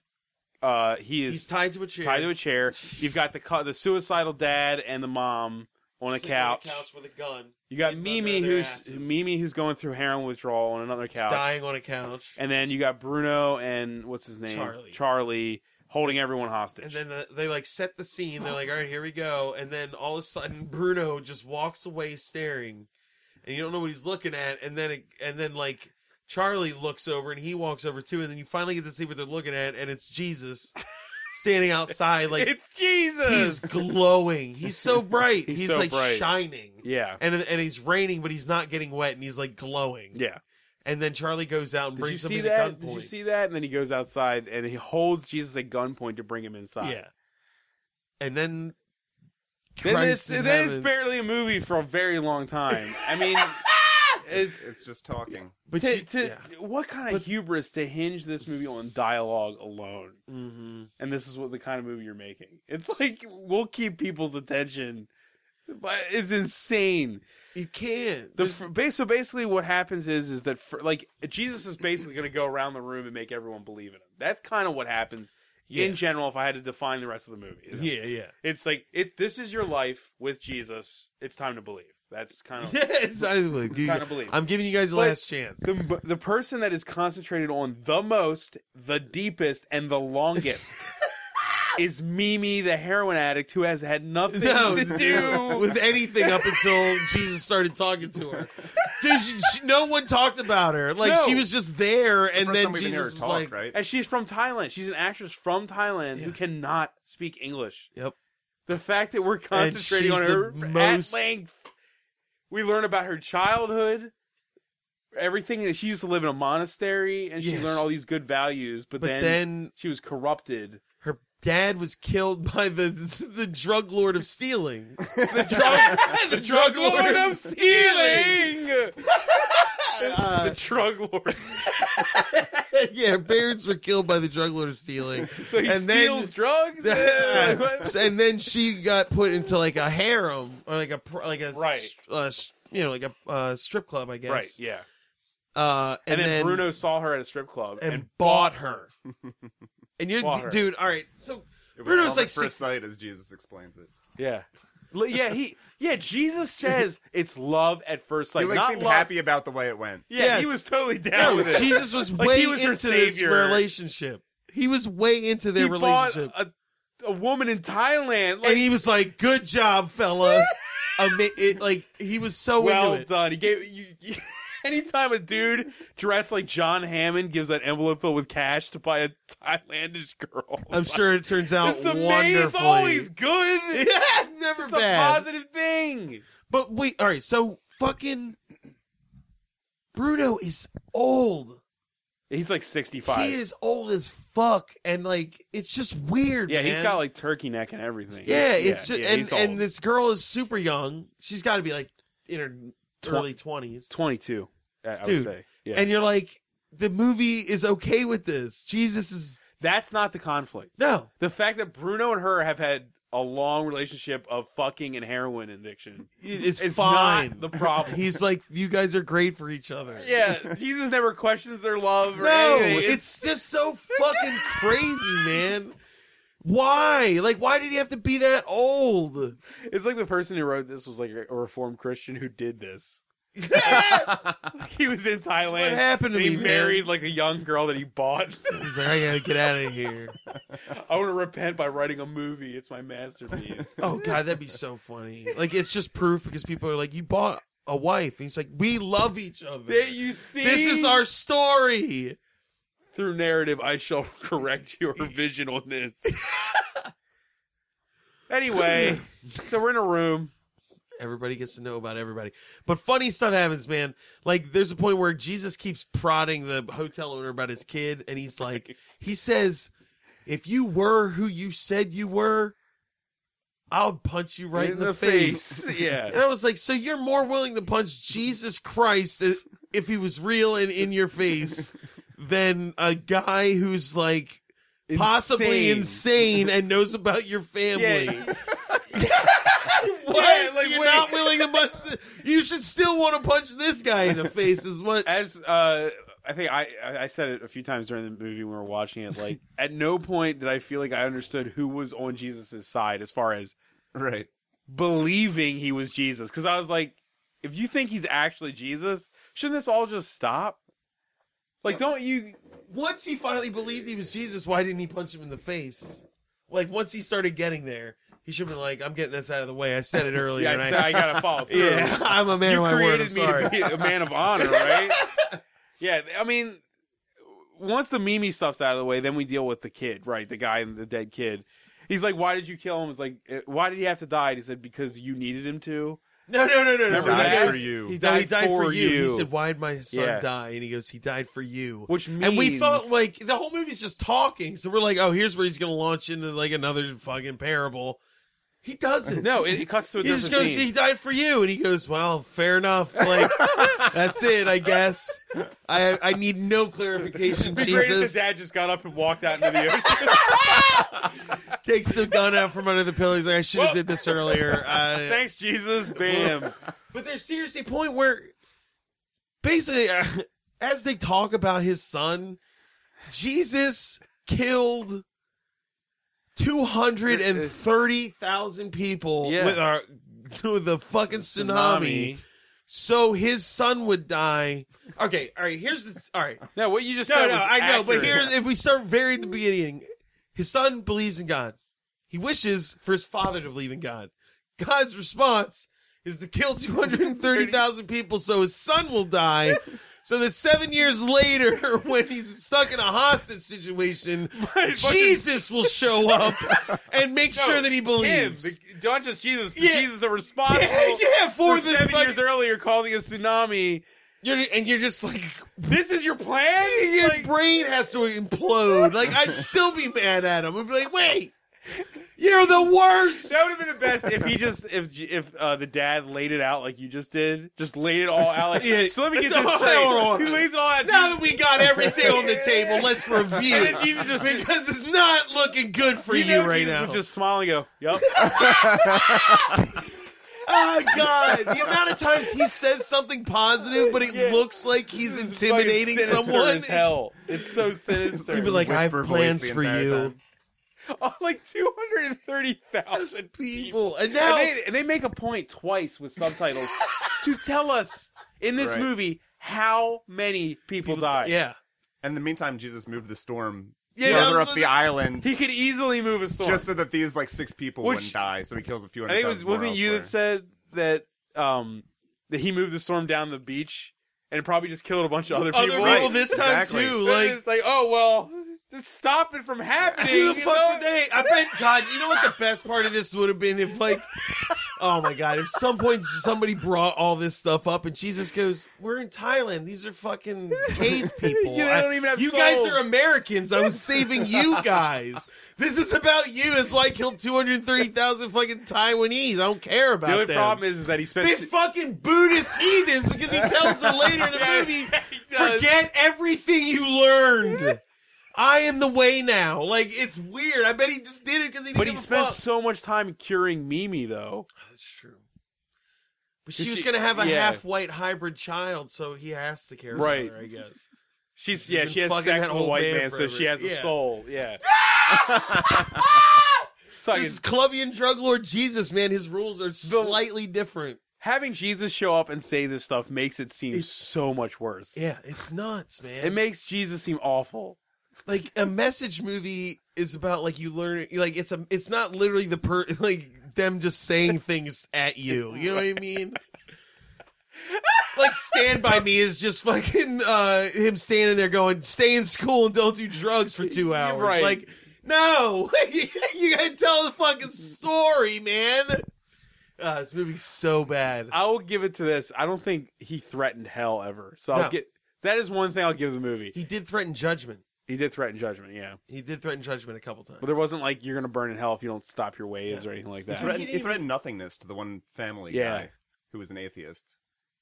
Speaker 4: Uh, he is
Speaker 5: He's tied to a chair.
Speaker 4: tied to a chair. You've got the cu- the suicidal dad and the mom on a
Speaker 5: Sitting on
Speaker 4: couch.
Speaker 5: couch with a gun.
Speaker 4: You got
Speaker 5: Getting
Speaker 4: Mimi
Speaker 5: under their
Speaker 4: who's
Speaker 5: asses.
Speaker 4: Mimi who's going through heroin withdrawal on another
Speaker 5: He's
Speaker 4: couch.
Speaker 5: dying on a couch,
Speaker 4: And then you got Bruno and what's his name?
Speaker 5: Charlie.
Speaker 4: Charlie holding everyone hostage.
Speaker 5: and then the, they like set the scene. They're like, "All right, here we go." And then all of a sudden, Bruno just walks away staring, and you don't know what he's looking at. And then it, and then like Charlie looks over and he walks over too. And then you finally get to see what they're looking at, and it's Jesus standing outside, like
Speaker 4: it's Jesus.
Speaker 5: he's glowing. He's so bright.
Speaker 4: He's
Speaker 5: he's
Speaker 4: so
Speaker 5: like
Speaker 4: bright.
Speaker 5: shining.
Speaker 4: yeah.
Speaker 5: And, and he's raining, but he's not getting wet, and he's like glowing.
Speaker 4: Yeah.
Speaker 5: And then Charlie goes out and
Speaker 4: Did you
Speaker 5: brings him
Speaker 4: see
Speaker 5: in the
Speaker 4: that?
Speaker 5: gunpoint.
Speaker 4: Did you see that? And then he goes outside and he holds Jesus at gunpoint to bring him inside.
Speaker 5: Yeah. And then
Speaker 4: Then it's,
Speaker 5: Christ in
Speaker 4: then it's
Speaker 5: heaven.
Speaker 4: barely a movie for a very long time. I mean, it's,
Speaker 2: It's just talking.
Speaker 5: but
Speaker 4: to,
Speaker 5: you-
Speaker 4: to,
Speaker 5: yeah.
Speaker 4: what kind of hubris to hinge this movie on dialogue alone?
Speaker 5: Mhm.
Speaker 4: And this is what the kind of movie you're making. It's like we'll keep people's attention, but it's insane.
Speaker 5: you can't.
Speaker 4: The
Speaker 5: There's-
Speaker 4: fr- ba- so basically, what happens is is that fr- like Jesus is basically going to go around the room and make everyone believe in him. That's kind of what happens
Speaker 5: Yeah.
Speaker 4: in general. If I had to define the rest of the movie,
Speaker 5: yeah, yeah.
Speaker 4: it's like it. This is your life with Jesus. It's time to believe. That's kind of
Speaker 5: Yes, I believe. You,
Speaker 4: kinda believe.
Speaker 5: I'm giving you guys the
Speaker 4: But-
Speaker 5: last chance.
Speaker 4: the the person that is concentrated on the most, the deepest, and the longest. Is Mimi the heroin addict who has had nothing
Speaker 5: No,
Speaker 4: to do
Speaker 5: with anything up until Jesus started talking to her. Dude, she, she- no one talked about her. Like
Speaker 4: No.
Speaker 5: she was just there, and
Speaker 2: First
Speaker 5: then
Speaker 2: time we've been
Speaker 5: Jesus
Speaker 2: here
Speaker 5: was
Speaker 2: to talk,
Speaker 5: like,
Speaker 2: right?
Speaker 4: And she's from Thailand. She's an actress from Thailand who
Speaker 5: Yeah.
Speaker 4: cannot speak English.
Speaker 5: "Yep,
Speaker 4: The fact that we're concentrating on
Speaker 5: she's
Speaker 4: her
Speaker 5: the
Speaker 4: at
Speaker 5: most-
Speaker 4: length, we learn about her childhood, everything that she used to live in a monastery, and she
Speaker 5: Yes.
Speaker 4: learned all these good values. But,
Speaker 5: But
Speaker 4: then,
Speaker 5: then-
Speaker 4: she was corrupted.
Speaker 5: her dad was killed by the the drug lord of stealing."
Speaker 4: The drug, the drug lord of stealing.
Speaker 5: Uh,
Speaker 4: the drug lord.
Speaker 5: yeah, her parents were killed by the drug lord of stealing.
Speaker 4: So he
Speaker 5: And then-
Speaker 4: steals drugs.
Speaker 5: and then she got put into like a harem or like a pr- like a
Speaker 4: Right.
Speaker 5: s- uh, s- you know like a uh, strip club, I guess.
Speaker 4: right? Yeah.
Speaker 5: Uh,
Speaker 4: And, then, Bruno saw her at a strip club
Speaker 5: and, bought her. and you're
Speaker 4: Bought her.
Speaker 5: dude. All right, so
Speaker 2: It was
Speaker 5: Bruno's
Speaker 2: love at
Speaker 5: like
Speaker 2: first
Speaker 5: six.
Speaker 2: sight, as Jesus explains it.
Speaker 4: Yeah. L- Yeah, he yeah, Jesus says it's love at first sight.
Speaker 2: He like
Speaker 4: not
Speaker 2: seemed
Speaker 4: love-
Speaker 2: happy about the way it went.
Speaker 4: Yeah,
Speaker 5: Yes.
Speaker 4: he was totally down
Speaker 5: No,
Speaker 4: with it.
Speaker 5: Jesus was
Speaker 4: Like,
Speaker 5: way
Speaker 4: he was her
Speaker 5: into this
Speaker 4: savior.
Speaker 5: relationship. He was way into their
Speaker 4: he bought
Speaker 5: relationship,
Speaker 4: a, a woman in Thailand. Like,
Speaker 5: and he was like, "Good job, fella." Ama- it, like he was so
Speaker 4: well
Speaker 5: into it.
Speaker 4: done. He gave you. you Anytime a dude dressed like John Hammond gives that envelope filled with cash to buy a Thailandish girl,
Speaker 5: I'm sure it turns out
Speaker 4: it's amazing. It's
Speaker 5: wonderfully.
Speaker 4: always good.
Speaker 5: yeah, never
Speaker 4: it's
Speaker 5: bad.
Speaker 4: a positive thing.
Speaker 5: But wait, all right. So fucking Bruno is old.
Speaker 4: He's like
Speaker 5: He
Speaker 4: 65.
Speaker 5: is old as fuck, and like it's just weird.
Speaker 4: Yeah, he's
Speaker 5: man.
Speaker 4: got like turkey neck and everything.
Speaker 5: yeah. It's just,
Speaker 4: yeah,
Speaker 5: and
Speaker 4: he's old.
Speaker 5: and this girl is super young. She's got to be like in her early twenties,
Speaker 4: 22. I, I would
Speaker 5: Dude,
Speaker 4: say. Yeah.
Speaker 5: and you're like, the movie is okay with this. Jesus is
Speaker 4: That's not the conflict.
Speaker 5: no.
Speaker 4: The fact that Bruno and her have had a long relationship of fucking and heroin addiction
Speaker 5: It's,
Speaker 4: is
Speaker 5: fine.
Speaker 4: not the problem.
Speaker 5: he's like, you guys are great for each other.
Speaker 4: yeah, Jesus never questions their love or
Speaker 5: No,
Speaker 4: anything.
Speaker 5: it's just so fucking crazy, man. Why? Like, why did he have to be that old?
Speaker 4: it's like the person who wrote this was like a, a reformed Christian who did this. he was in Thailand.
Speaker 5: What happened to
Speaker 4: and he
Speaker 5: me, man?
Speaker 4: married like a young girl that he bought.
Speaker 5: He's like, I gotta get out of here.
Speaker 4: I want to repent by writing a movie. It's my masterpiece.
Speaker 5: Oh god, that'd be so funny. Like it's just proof because people are like, you bought a wife, and he's like, we love each other.
Speaker 4: there you see.
Speaker 5: This is our story.
Speaker 4: through narrative. I shall correct your vision on this. anyway, so we're in a room.
Speaker 5: Everybody gets to know about everybody. But funny stuff happens, man. Like there's a point where Jesus keeps prodding the hotel owner about his kid, and he's like, he says, if you were who you said you were, I'll punch you right in, the, face. And
Speaker 4: yeah.
Speaker 5: I was like, so you're more willing to punch Jesus Christ i- if he was real and in your face than a guy who's like possibly insane and knows about your family.
Speaker 4: Yeah.
Speaker 5: What?
Speaker 4: Yeah, like,
Speaker 5: you're
Speaker 4: wait.
Speaker 5: not willing to punch. The, you should still want to punch this guy in the face as much.
Speaker 4: As uh, I think I I I said it a few times during the movie when we were watching it. Like at no point did I feel like I understood who was on Jesus' side as far as
Speaker 2: Right.
Speaker 4: believing he was Jesus. Because I was like, if you think he's actually Jesus, shouldn't this all just stop? Like, don't you?
Speaker 5: once he finally believed he was Jesus, why didn't he punch him in the face? Like once he started getting there, he should have been like, "I'm getting this out of the way." I said it earlier.
Speaker 4: Yeah, I,
Speaker 5: and I-
Speaker 4: said I gotta follow through.
Speaker 5: Yeah, I'm a man
Speaker 4: you
Speaker 5: of my word. I'm
Speaker 4: created me
Speaker 5: sorry.
Speaker 4: to be a man of honor, right? yeah, I mean, once the Mimi stuff's out of the way, then we deal with the kid, right? The guy and the dead kid. He's like, "Why did you kill him?" It's like, "Eh, "Why did he have to die?" And he said, "Because you needed him to."
Speaker 5: no, no, no, no, no.
Speaker 4: Remember
Speaker 5: He
Speaker 2: died
Speaker 4: that?
Speaker 5: goes-
Speaker 2: for you.
Speaker 4: He
Speaker 5: No,
Speaker 4: died,
Speaker 5: he died for, you. He said,
Speaker 4: said,
Speaker 5: "Why did my son
Speaker 4: Yeah.
Speaker 5: die?" And he goes, "He died for you."
Speaker 4: Which means
Speaker 5: and we thought like the whole movie's just talking, so we're like, "Oh, here's where he's gonna launch into like another fucking parable." He doesn't.
Speaker 4: no, it, it cuts to a
Speaker 5: he just
Speaker 4: different
Speaker 5: goes,
Speaker 4: scene.
Speaker 5: "He died for you," and he goes, "Well, fair enough. Like that's it, I guess. I I need no clarification.
Speaker 4: It'd be great if
Speaker 5: Jesus
Speaker 4: the dad just got up and walked out into the ocean.
Speaker 5: takes the gun out from under the pillow. He's like, "I should have
Speaker 4: Well-
Speaker 5: did this earlier." Uh,
Speaker 4: Thanks, Jesus. Bam.
Speaker 5: But there's seriously a point where, basically, uh, as they talk about his son, Jesus killed two hundred and thirty thousand people
Speaker 4: Yeah.
Speaker 5: with our with the fucking tsunami, So his son would die. Okay, all right. Here's the all right.
Speaker 4: No, what you just
Speaker 5: No,
Speaker 4: said
Speaker 5: no,
Speaker 4: was
Speaker 5: I know. But
Speaker 4: accurate.
Speaker 5: here, if we start very at the beginning, his son believes in God. He wishes for his father to believe in God. God's response is to kill 230,000 people so his son will die. So that seven years later, when he's stuck in a hostage situation,
Speaker 4: Right, but-
Speaker 5: Jesus will show up and make
Speaker 4: No,
Speaker 5: sure that he
Speaker 4: him,
Speaker 5: believes.
Speaker 4: the, not just Jesus, the
Speaker 5: Yeah.
Speaker 4: Jesus that responsible.
Speaker 5: yeah, yeah, for,
Speaker 4: for
Speaker 5: the
Speaker 4: seven
Speaker 5: fucking-
Speaker 4: years earlier calling a tsunami.
Speaker 5: You're, and you're just like,
Speaker 4: This is your plan?
Speaker 5: your
Speaker 4: Like,
Speaker 5: brain has to implode. Like I'd still be mad at him. I'd be like, wait, you're the worst.
Speaker 4: that would have been the best if he just if J- if uh, the dad laid it out like you just did, just laid it all out. Like,
Speaker 5: Yeah.
Speaker 4: So let me get
Speaker 5: That's
Speaker 4: this
Speaker 5: all I
Speaker 4: straight.
Speaker 5: want.
Speaker 4: He lays it all out.
Speaker 5: Now that we got everything on the table, let's
Speaker 4: and
Speaker 5: review.
Speaker 4: then Jesus just
Speaker 5: Because it's not looking good for you,
Speaker 4: know
Speaker 5: right
Speaker 4: Jesus
Speaker 5: now.
Speaker 4: would just smile and go, "Yep."
Speaker 5: oh God! The amount of times he says something positive, but it looks like he's
Speaker 4: It's
Speaker 5: intimidating
Speaker 4: fucking sinister
Speaker 5: someone.
Speaker 4: as hell. It's so sinister.
Speaker 5: He'd be like, "I have
Speaker 2: Whisper voice
Speaker 5: plans
Speaker 2: the
Speaker 5: for
Speaker 2: entire
Speaker 5: you."
Speaker 2: time.
Speaker 4: oh, like two hundred and thirty thousand people.
Speaker 5: People, and
Speaker 4: And
Speaker 5: now
Speaker 4: they, and they make a point twice with subtitles to tell us in this
Speaker 2: Right.
Speaker 4: movie how many people, died.
Speaker 5: yeah,
Speaker 2: In the meantime, Jesus moved the storm
Speaker 5: Yeah, that
Speaker 2: further
Speaker 5: was
Speaker 2: up
Speaker 5: what-
Speaker 2: the island
Speaker 4: He could easily move a storm.
Speaker 2: just so that these like six people
Speaker 4: Which-
Speaker 2: wouldn't die. So he kills a few
Speaker 4: I
Speaker 2: hundred.
Speaker 4: think it was
Speaker 2: thousand more
Speaker 4: wasn't you that
Speaker 2: elsewhere.
Speaker 4: said that um that he moved the storm down the beach and probably just killed a bunch of other
Speaker 5: other
Speaker 4: people.
Speaker 5: people
Speaker 2: Right,
Speaker 5: this time
Speaker 2: exactly.
Speaker 5: too.
Speaker 4: And
Speaker 5: Like
Speaker 4: it's like, oh well, just stop it from happening.
Speaker 5: Who the
Speaker 4: you
Speaker 5: fuck
Speaker 4: know?
Speaker 5: would they? I bet God. You know what the best part of this would have been if like, oh my God, if some point somebody brought all this stuff up and Jesus goes, "We're in Thailand. These are fucking cave people.
Speaker 4: Yeah, they don't even have
Speaker 5: you guys
Speaker 4: souls."
Speaker 5: are Americans. I was saving you guys. This is about you. That's why I killed two hundred thirty thousand fucking Taiwanese. I don't care about
Speaker 4: The only
Speaker 5: them.
Speaker 4: problem is, is that he spent.
Speaker 5: This fucking Buddhist heathens because he tells her later in the
Speaker 4: Yeah,
Speaker 5: movie,
Speaker 4: he does.
Speaker 5: forget everything you learned. I am the way now. Like it's weird. I bet he just did it because he. Didn't
Speaker 4: but he
Speaker 5: give a
Speaker 4: spent
Speaker 5: fuck.
Speaker 4: so much time curing Mimi, though.
Speaker 5: That's true. But she,
Speaker 4: She-
Speaker 5: was gonna have a
Speaker 4: yeah.
Speaker 5: half-white hybrid child, so he has to care
Speaker 4: Right.
Speaker 5: for her. I guess.
Speaker 4: She's yeah,
Speaker 5: been
Speaker 4: she has
Speaker 5: fucking
Speaker 4: sex
Speaker 5: that
Speaker 4: with a
Speaker 5: old
Speaker 4: white
Speaker 5: man
Speaker 4: man, so
Speaker 5: forever.
Speaker 4: she has a
Speaker 5: Yeah.
Speaker 4: soul. Yeah. Sucking-
Speaker 5: This is Colombian drug lord Jesus, man. His rules are slightly different.
Speaker 4: having Jesus show up and say this stuff makes it seem
Speaker 5: It's-
Speaker 4: so much worse.
Speaker 5: Yeah, it's nuts, man.
Speaker 4: It makes Jesus seem awful.
Speaker 5: like a message movie is about like you learn like it's a it's not literally the per like them just saying things at you you know what i mean like stand by me is just fucking uh him standing there going stay in school and don't do drugs for two hours
Speaker 4: Right.
Speaker 5: like no you gotta tell the fucking story man uh, this movie's so bad
Speaker 4: I will give it to this. I don't think he threatened hell ever. So I'll
Speaker 5: No.
Speaker 4: get that is one thing I'll give the movie.
Speaker 5: he did threaten judgment
Speaker 4: He did threaten judgment, yeah.
Speaker 5: he did threaten judgment a couple times
Speaker 4: But uh, there wasn't like you're gonna burn in hell if you don't stop your ways or anything like
Speaker 2: He
Speaker 4: that.
Speaker 2: threatened,
Speaker 5: didn't
Speaker 2: he threatened nothingness to the one family
Speaker 4: Yeah.
Speaker 2: guy who was an atheist.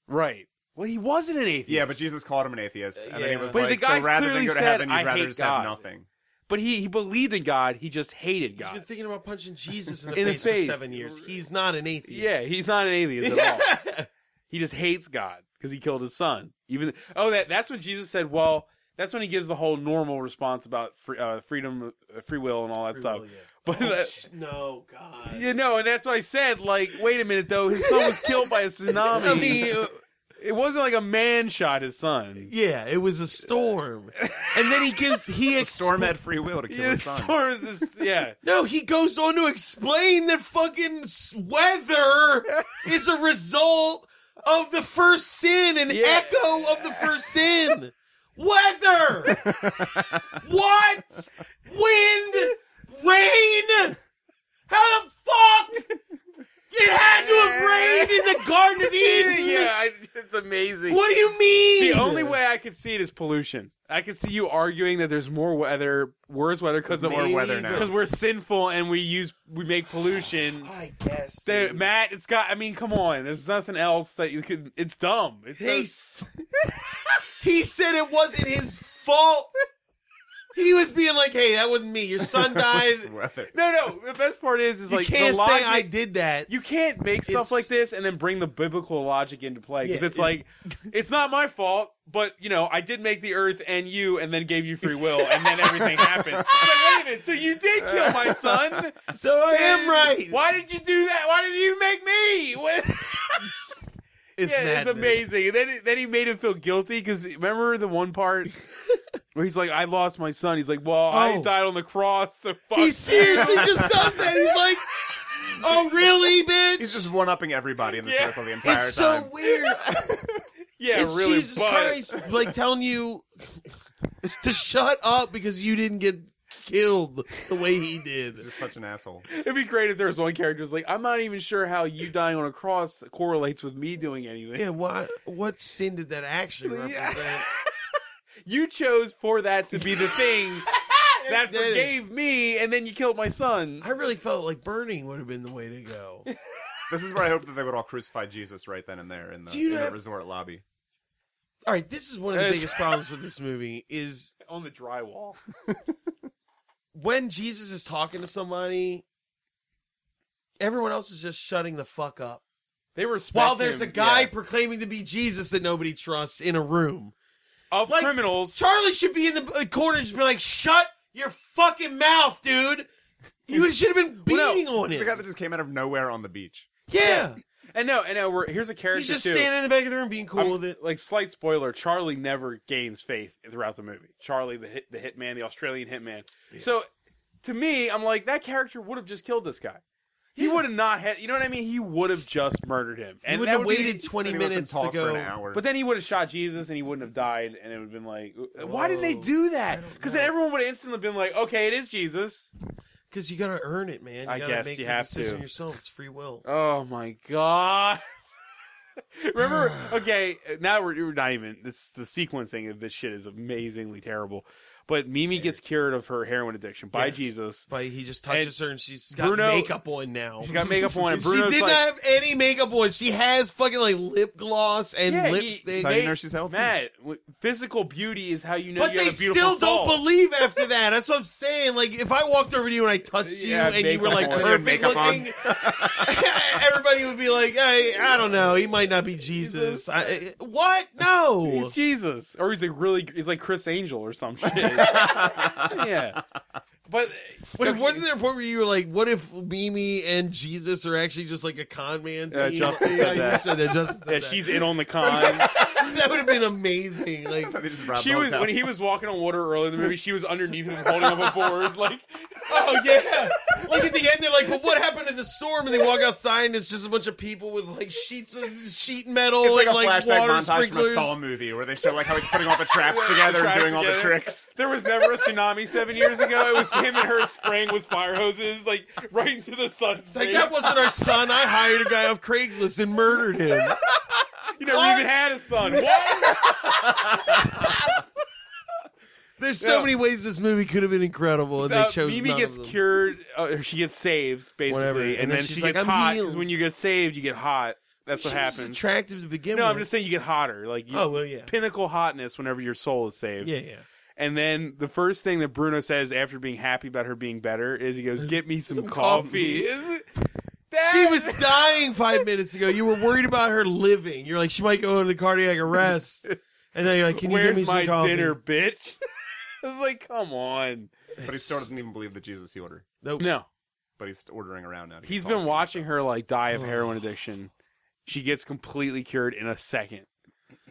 Speaker 4: right. Well, he wasn't an atheist.
Speaker 2: Yeah, but Jesus called him an atheist, and then he
Speaker 5: Yeah.
Speaker 2: was
Speaker 4: But the
Speaker 2: like,
Speaker 4: guy
Speaker 2: "So rather than
Speaker 4: clearly
Speaker 2: go to
Speaker 4: said,
Speaker 2: heaven,
Speaker 4: "I
Speaker 2: you'd rather
Speaker 4: hate
Speaker 2: just
Speaker 4: God."
Speaker 2: have nothing."
Speaker 4: But he he believed in God. He just hated
Speaker 5: He's been
Speaker 4: God.
Speaker 5: thinking about punching Jesus in the,
Speaker 4: In the
Speaker 5: face,
Speaker 4: face.
Speaker 5: for seven years. He's not an atheist.
Speaker 4: Yeah, he's not an atheist at all. He just hates God because he killed his son. Even oh, that that's when Jesus said, "Well." That's when he gives the whole normal response about free, uh, freedom, uh, free will, and all that
Speaker 5: Free
Speaker 4: stuff.
Speaker 5: will, yeah.
Speaker 4: But
Speaker 5: Oh,
Speaker 4: that-
Speaker 5: sh- no, God.
Speaker 4: You know, and that's why I said, like, wait a minute though, his son was killed by a tsunami.
Speaker 5: I mean, uh,
Speaker 4: it wasn't like a man shot his son.
Speaker 5: yeah, it was a storm, and then he gives he ex-
Speaker 2: Storm had free will to kill
Speaker 4: Yeah,
Speaker 2: his son.
Speaker 4: storms is- yeah.
Speaker 5: no, he goes on to explain that fucking s- weather is a result of the first sin, an
Speaker 4: Yeah.
Speaker 5: echo of the first sin. Weather, what, wind, rain. How the fuck? It had to have rained in the Garden of Eden.
Speaker 4: yeah, I, it's amazing.
Speaker 5: What do you mean?
Speaker 4: The only way I could see it is pollution. I could see you arguing that there's more weather, worse weather because of
Speaker 2: More weather now.
Speaker 4: because we're sinful and we use we make pollution.
Speaker 5: I guess.
Speaker 4: There,
Speaker 5: dude.
Speaker 4: Matt, it's got. I mean, come on. There's nothing else that you could. It's dumb. It's
Speaker 5: He,
Speaker 4: so-
Speaker 5: s- he said it wasn't his fault. He was being like, "Hey, that wasn't me. Your son died.
Speaker 2: Weather.
Speaker 4: no, no. The best part is, is
Speaker 5: you
Speaker 4: like
Speaker 5: can't
Speaker 4: the
Speaker 5: say
Speaker 4: logic,
Speaker 5: I did that."
Speaker 4: you can't make stuff
Speaker 5: It's-
Speaker 4: like this and then bring the biblical logic into play because
Speaker 5: Yeah,
Speaker 4: it's
Speaker 5: it-
Speaker 4: like it's not my fault but you know i did make the earth and you and then gave you free will and then everything happened It's like, wait a minute so you did kill my son
Speaker 5: so I am right.
Speaker 4: why did you do that why did you make me what?
Speaker 5: It's,
Speaker 4: yeah, it's
Speaker 5: madness.
Speaker 4: amazing and then, he- then he made him feel guilty because remember the one part where he's like i lost my son he's like well i
Speaker 5: Oh.
Speaker 4: died on the cross so fuck
Speaker 5: He seriously just does that. He's like, "Oh, really, bitch?"
Speaker 2: He's just one upping everybody in the
Speaker 4: Yeah.
Speaker 2: circle the entire
Speaker 5: it's
Speaker 2: time.
Speaker 5: so weird.
Speaker 4: yeah
Speaker 5: it's
Speaker 4: really
Speaker 5: Jesus
Speaker 4: but-
Speaker 5: Christ, like telling you to shut up because you didn't get killed the way he did.
Speaker 2: He's just such an asshole.
Speaker 4: It'd be great if there was one character who's like, I'm not even sure how you dying on a cross correlates with me doing anything.
Speaker 5: Yeah, why? What sin did that actually represent?
Speaker 4: You chose for that to be the thing that
Speaker 5: That is-
Speaker 4: forgave me, and then you killed my son.
Speaker 5: I really felt like burning would have been the way to go.
Speaker 2: This is where I hoped that they would all crucify Jesus right then and there in the,
Speaker 5: Do you
Speaker 2: in
Speaker 5: know-
Speaker 2: the resort lobby.
Speaker 5: All right, this is one of the
Speaker 4: It's-
Speaker 5: biggest problems with this movie is
Speaker 4: On the drywall.
Speaker 5: when Jesus is talking to somebody, everyone else is just shutting the fuck up.
Speaker 4: They respect
Speaker 5: While there's a
Speaker 4: him,
Speaker 5: guy
Speaker 4: yeah.
Speaker 5: proclaiming to be Jesus that nobody trusts in a room.
Speaker 4: of
Speaker 5: like-
Speaker 4: criminals.
Speaker 5: Charlie should be in the uh, corner and just be like, "Shut your fucking mouth, dude." You should have been
Speaker 4: Well, no,
Speaker 5: beating on
Speaker 2: It's
Speaker 5: him.
Speaker 2: the guy that just came out of nowhere on the beach.
Speaker 5: yeah.
Speaker 4: And no, and no, we're, here's a character
Speaker 5: He's just
Speaker 4: too.
Speaker 5: standing in the back of the room being cool
Speaker 4: I'm-
Speaker 5: with it.
Speaker 4: Like slight spoiler, Charlie never gains faith throughout the movie. Charlie, the hit, the hitman, the Australian hitman. So, to me, I'm like that character would have just killed this guy. He would have not had. You know what I mean? He would have just murdered him.
Speaker 5: He
Speaker 4: And
Speaker 5: would
Speaker 4: that
Speaker 5: have
Speaker 4: would be-
Speaker 5: waited 20
Speaker 2: Then he lets him
Speaker 5: minutes to
Speaker 2: talk
Speaker 5: go.
Speaker 2: for an hour.
Speaker 4: But then he would have shot Jesus, and he wouldn't have died, and it would have been like, why didn't they
Speaker 5: Whoa,
Speaker 4: do
Speaker 5: I
Speaker 4: that?
Speaker 5: don't
Speaker 4: Because then
Speaker 5: know.
Speaker 4: everyone would have instantly been like, okay, it is Jesus.
Speaker 5: Because you gotta earn it, man. You
Speaker 4: I
Speaker 5: gotta
Speaker 4: guess
Speaker 5: make
Speaker 4: you
Speaker 5: the
Speaker 4: have
Speaker 5: decision
Speaker 4: to.
Speaker 5: yourself. It's free will.
Speaker 4: Oh my god. Remember, okay, now we're, we're not even this the sequencing of this shit is amazingly terrible. But Mimi gets cured of her heroin addiction by
Speaker 5: Yes.
Speaker 4: Jesus.
Speaker 5: But he just touches her and she's got
Speaker 4: Bruno-
Speaker 5: makeup on now.
Speaker 4: She got makeup on and
Speaker 5: She
Speaker 4: Bruno's
Speaker 5: did
Speaker 4: like,
Speaker 5: not have any makeup on. She has fucking like lip gloss and
Speaker 4: Yeah, he-
Speaker 5: lipstick.
Speaker 2: How you
Speaker 4: they-
Speaker 2: know she's healthy?
Speaker 4: Matt, w- physical beauty is how you know
Speaker 5: but
Speaker 4: you
Speaker 5: they
Speaker 4: have a beautiful
Speaker 5: still
Speaker 4: soul.
Speaker 5: don't believe after that. That's what I'm saying. Like if I walked over to you and I touched you
Speaker 4: Yeah,
Speaker 5: and you were like
Speaker 4: makeup on.
Speaker 5: perfect
Speaker 4: Makeup on.
Speaker 5: looking, everybody would be like, "Hey, I don't know. He might not be Jesus. I, what? No.
Speaker 4: He's Jesus, or he's a really he's like Chris Angel or some shit. yeah, But
Speaker 5: Wait, wasn't there a point where you were like, what if Mimi and Jesus are actually just like a con man?
Speaker 2: Yeah,
Speaker 5: team?
Speaker 2: Justin
Speaker 5: yeah,
Speaker 2: said
Speaker 5: you
Speaker 2: that.
Speaker 5: said that. Justin said
Speaker 4: yeah,
Speaker 5: that.
Speaker 4: she's in on the con.
Speaker 5: that would have been amazing. Like,
Speaker 2: They just robbed
Speaker 4: she
Speaker 2: the
Speaker 4: was
Speaker 2: hotel.
Speaker 4: when he was walking on water earlier in the movie. She was underneath him holding up a board. Like
Speaker 5: oh yeah. Like at the end, they're like, but what happened in the storm? And they walk outside, and it's just a bunch of people with like sheets of sheet metal
Speaker 2: It's like a
Speaker 5: and like
Speaker 2: flashback
Speaker 5: water
Speaker 2: montage
Speaker 5: sprinklers.
Speaker 2: from a Saw movie where they show like how he's putting all the traps together and
Speaker 4: Tries
Speaker 2: doing all the
Speaker 4: together.
Speaker 2: tricks.
Speaker 4: There was never a tsunami seven years ago. It was him and her spraying with fire hoses, like right into the sun.
Speaker 5: It's like that wasn't our son. I hired a guy off Craigslist and murdered him.
Speaker 4: you never
Speaker 5: What?
Speaker 4: even had a son. What?
Speaker 5: There's so
Speaker 4: Yeah.
Speaker 5: many ways this movie could have been incredible, and
Speaker 4: Uh,
Speaker 5: they chose.
Speaker 4: Mimi
Speaker 5: none
Speaker 4: gets
Speaker 5: of them.
Speaker 4: cured, uh, or she gets saved basically,
Speaker 5: Whatever.
Speaker 4: and, then, she
Speaker 5: like,
Speaker 4: gets
Speaker 5: "I'm
Speaker 4: hot
Speaker 5: healed."
Speaker 4: because when you get saved, you get hot. That's what
Speaker 5: She was
Speaker 4: happens.
Speaker 5: attractive to begin
Speaker 4: no,
Speaker 5: with.
Speaker 4: I'm just saying you get hotter. Like you,
Speaker 5: Oh, well, yeah.
Speaker 4: pinnacle hotness whenever your soul is saved.
Speaker 5: Yeah, yeah.
Speaker 4: And then the first thing that Bruno says after being happy about her being better is he goes, "Get me some, coffee." Is it- That-
Speaker 5: She was dying five minutes ago. You were worried about her living. You're like, she might go into cardiac arrest. And then you're like, can you
Speaker 4: Where's
Speaker 5: give me some
Speaker 4: my
Speaker 5: coffee?
Speaker 4: dinner, bitch? I was like, come on.
Speaker 2: But he still doesn't even believe that Jesus he ordered.
Speaker 5: Nope.
Speaker 4: No,
Speaker 2: But he's ordering around now. to get
Speaker 4: he's
Speaker 2: coffee
Speaker 4: been
Speaker 2: and
Speaker 4: watching
Speaker 2: stuff.
Speaker 4: her like die of heroin addiction. She gets completely cured in a second.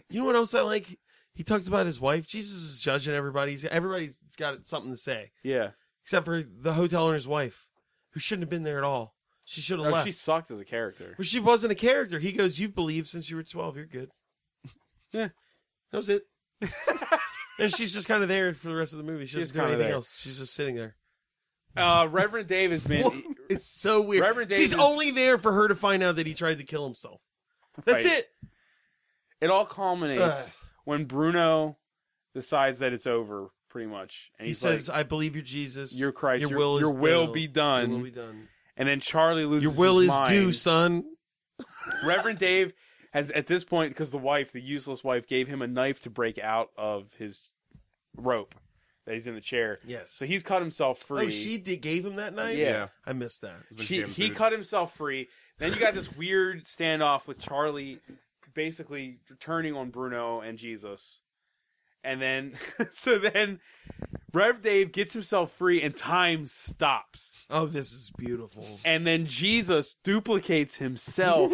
Speaker 5: You know what else I like? He talks about his wife. Jesus is judging everybody. He's- Everybody's got something to say,
Speaker 4: Yeah,
Speaker 5: except for the hotel owner's wife, who shouldn't have been there at all. She should have
Speaker 4: oh,
Speaker 5: left.
Speaker 4: she sucked as a character.
Speaker 5: Well, she wasn't a character. He goes, "You've believed since you were twelve. You're good."
Speaker 4: Yeah.
Speaker 5: that was it. and she's just kind of there for the rest of the movie. She
Speaker 4: She's
Speaker 5: doesn't do
Speaker 4: kinda
Speaker 5: anything
Speaker 4: there.
Speaker 5: else. She's just sitting there.
Speaker 4: Uh, Reverend Dave has been.
Speaker 5: It's so weird.
Speaker 4: Reverend
Speaker 5: She's
Speaker 4: Davis-
Speaker 5: only there for her to find out that he tried to kill himself. That's
Speaker 4: Right.
Speaker 5: it.
Speaker 4: It all culminates
Speaker 5: Ugh.
Speaker 4: when Bruno decides that it's over, pretty much. And
Speaker 5: He
Speaker 4: he's
Speaker 5: says,
Speaker 4: like,
Speaker 5: "I believe you, Jesus.
Speaker 4: "Your Christ,
Speaker 5: Your
Speaker 4: your-
Speaker 5: will,
Speaker 4: your
Speaker 5: is
Speaker 4: will
Speaker 5: done.
Speaker 4: be done."
Speaker 5: Your will be done.
Speaker 4: and then Charlie loses.
Speaker 5: Your will
Speaker 4: his
Speaker 5: is
Speaker 4: mind.
Speaker 5: due, son."
Speaker 4: Reverend Dave has at this point because the wife, the useless wife, gave him a knife to break out of his rope that he's in the chair.
Speaker 5: Yes.
Speaker 4: So he's cut himself free.
Speaker 5: Oh, she did, gave him that knife.
Speaker 4: Yeah.
Speaker 2: Yeah.
Speaker 5: I missed that.
Speaker 4: She-
Speaker 2: Damn
Speaker 4: he
Speaker 2: food.
Speaker 4: cut himself free. Then you got this weird standoff with Charlie, basically turning on Bruno and Jesus. And then, so then, Rev Dave gets himself free, and time stops.
Speaker 5: Oh, this is beautiful.
Speaker 4: and then Jesus duplicates himself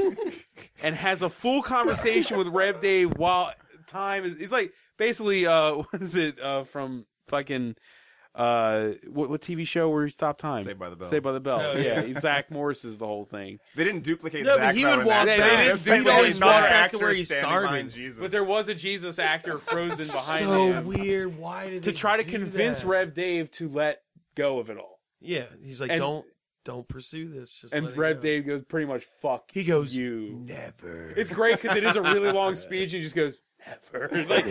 Speaker 4: and has a full conversation with Rev Dave while time is. It's like basically, uh, what is it uh, from fucking uh, what, what TV show where he stopped time?
Speaker 2: Saved by the Bell.
Speaker 4: Saved by the Bell.
Speaker 5: Oh,
Speaker 4: yeah, Zach Morris is the whole thing.
Speaker 2: They didn't duplicate.
Speaker 5: No, but
Speaker 2: Zach,
Speaker 5: he
Speaker 2: though,
Speaker 5: would
Speaker 2: in
Speaker 5: walk
Speaker 2: that
Speaker 4: back.
Speaker 2: shot.
Speaker 4: They
Speaker 2: Just
Speaker 4: didn't-
Speaker 2: like
Speaker 4: he'd
Speaker 2: there's
Speaker 4: always
Speaker 2: another
Speaker 4: walk
Speaker 5: back to where
Speaker 2: actor
Speaker 5: he
Speaker 2: standing
Speaker 5: started.
Speaker 2: behind Jesus.
Speaker 4: But there was a Jesus actor frozen behind
Speaker 5: so
Speaker 4: him
Speaker 5: weird. Why did
Speaker 4: to
Speaker 5: they
Speaker 4: try to
Speaker 5: do
Speaker 4: convince
Speaker 5: that?
Speaker 4: Rev Dave to let go of it all.
Speaker 5: Yeah, he's like,
Speaker 4: And-
Speaker 5: don't don't pursue this. Just let
Speaker 4: And
Speaker 5: it
Speaker 4: Rev
Speaker 5: go."
Speaker 4: Dave goes pretty much fuck.
Speaker 5: he goes,
Speaker 4: you.
Speaker 5: never.
Speaker 4: It's great because it is a really long speech. And he just goes never, like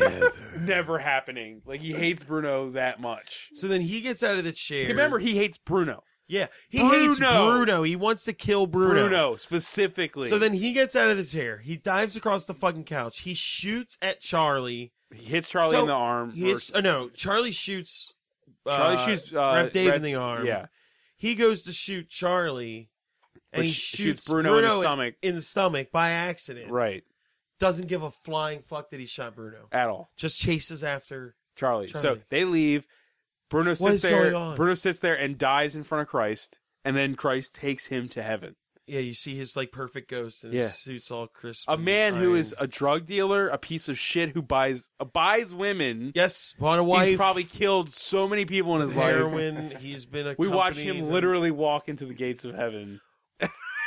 Speaker 4: never. happening. Like he hates Bruno that much.
Speaker 5: so then he gets out of the chair.
Speaker 4: Remember, he hates Bruno.
Speaker 5: yeah, he
Speaker 4: Bruno.
Speaker 5: hates Bruno. He wants to kill Bruno.
Speaker 4: Bruno, specifically.
Speaker 5: So then he gets out of the chair. He dives across the fucking couch. He shoots at Charlie.
Speaker 4: he hits Charlie
Speaker 5: So
Speaker 4: Oh, in the arm.
Speaker 5: He hits,
Speaker 4: or-
Speaker 5: oh, no, Charlie shoots.
Speaker 4: Charlie
Speaker 5: uh,
Speaker 4: shoots uh,
Speaker 5: Ref Dave
Speaker 4: Ref-
Speaker 5: in the arm.
Speaker 4: Yeah,
Speaker 5: He goes to shoot Charlie, and
Speaker 4: But
Speaker 5: he
Speaker 4: sh-
Speaker 5: shoots,
Speaker 4: shoots Bruno in the stomach.
Speaker 5: In the stomach by accident.
Speaker 4: right.
Speaker 5: Doesn't give a flying fuck that he shot Bruno.
Speaker 4: At all,
Speaker 5: Just chases after.
Speaker 4: Charlie. So
Speaker 5: Charlie.
Speaker 4: they leave. Bruno sits
Speaker 5: is
Speaker 4: there.
Speaker 5: going on?
Speaker 4: Bruno sits there and dies in front of Christ, and then Christ takes him to heaven.
Speaker 5: Yeah, you see his like perfect ghost and
Speaker 4: Yeah.
Speaker 5: his suits all crisp.
Speaker 4: A
Speaker 5: and
Speaker 4: man who
Speaker 5: fine.
Speaker 4: is a drug dealer, a piece of shit who buys uh, buys women.
Speaker 5: yes, bought a wife.
Speaker 4: He's probably killed so many people in his life.
Speaker 5: heroin. He's been a.
Speaker 4: We watch him literally walk into the gates of heaven.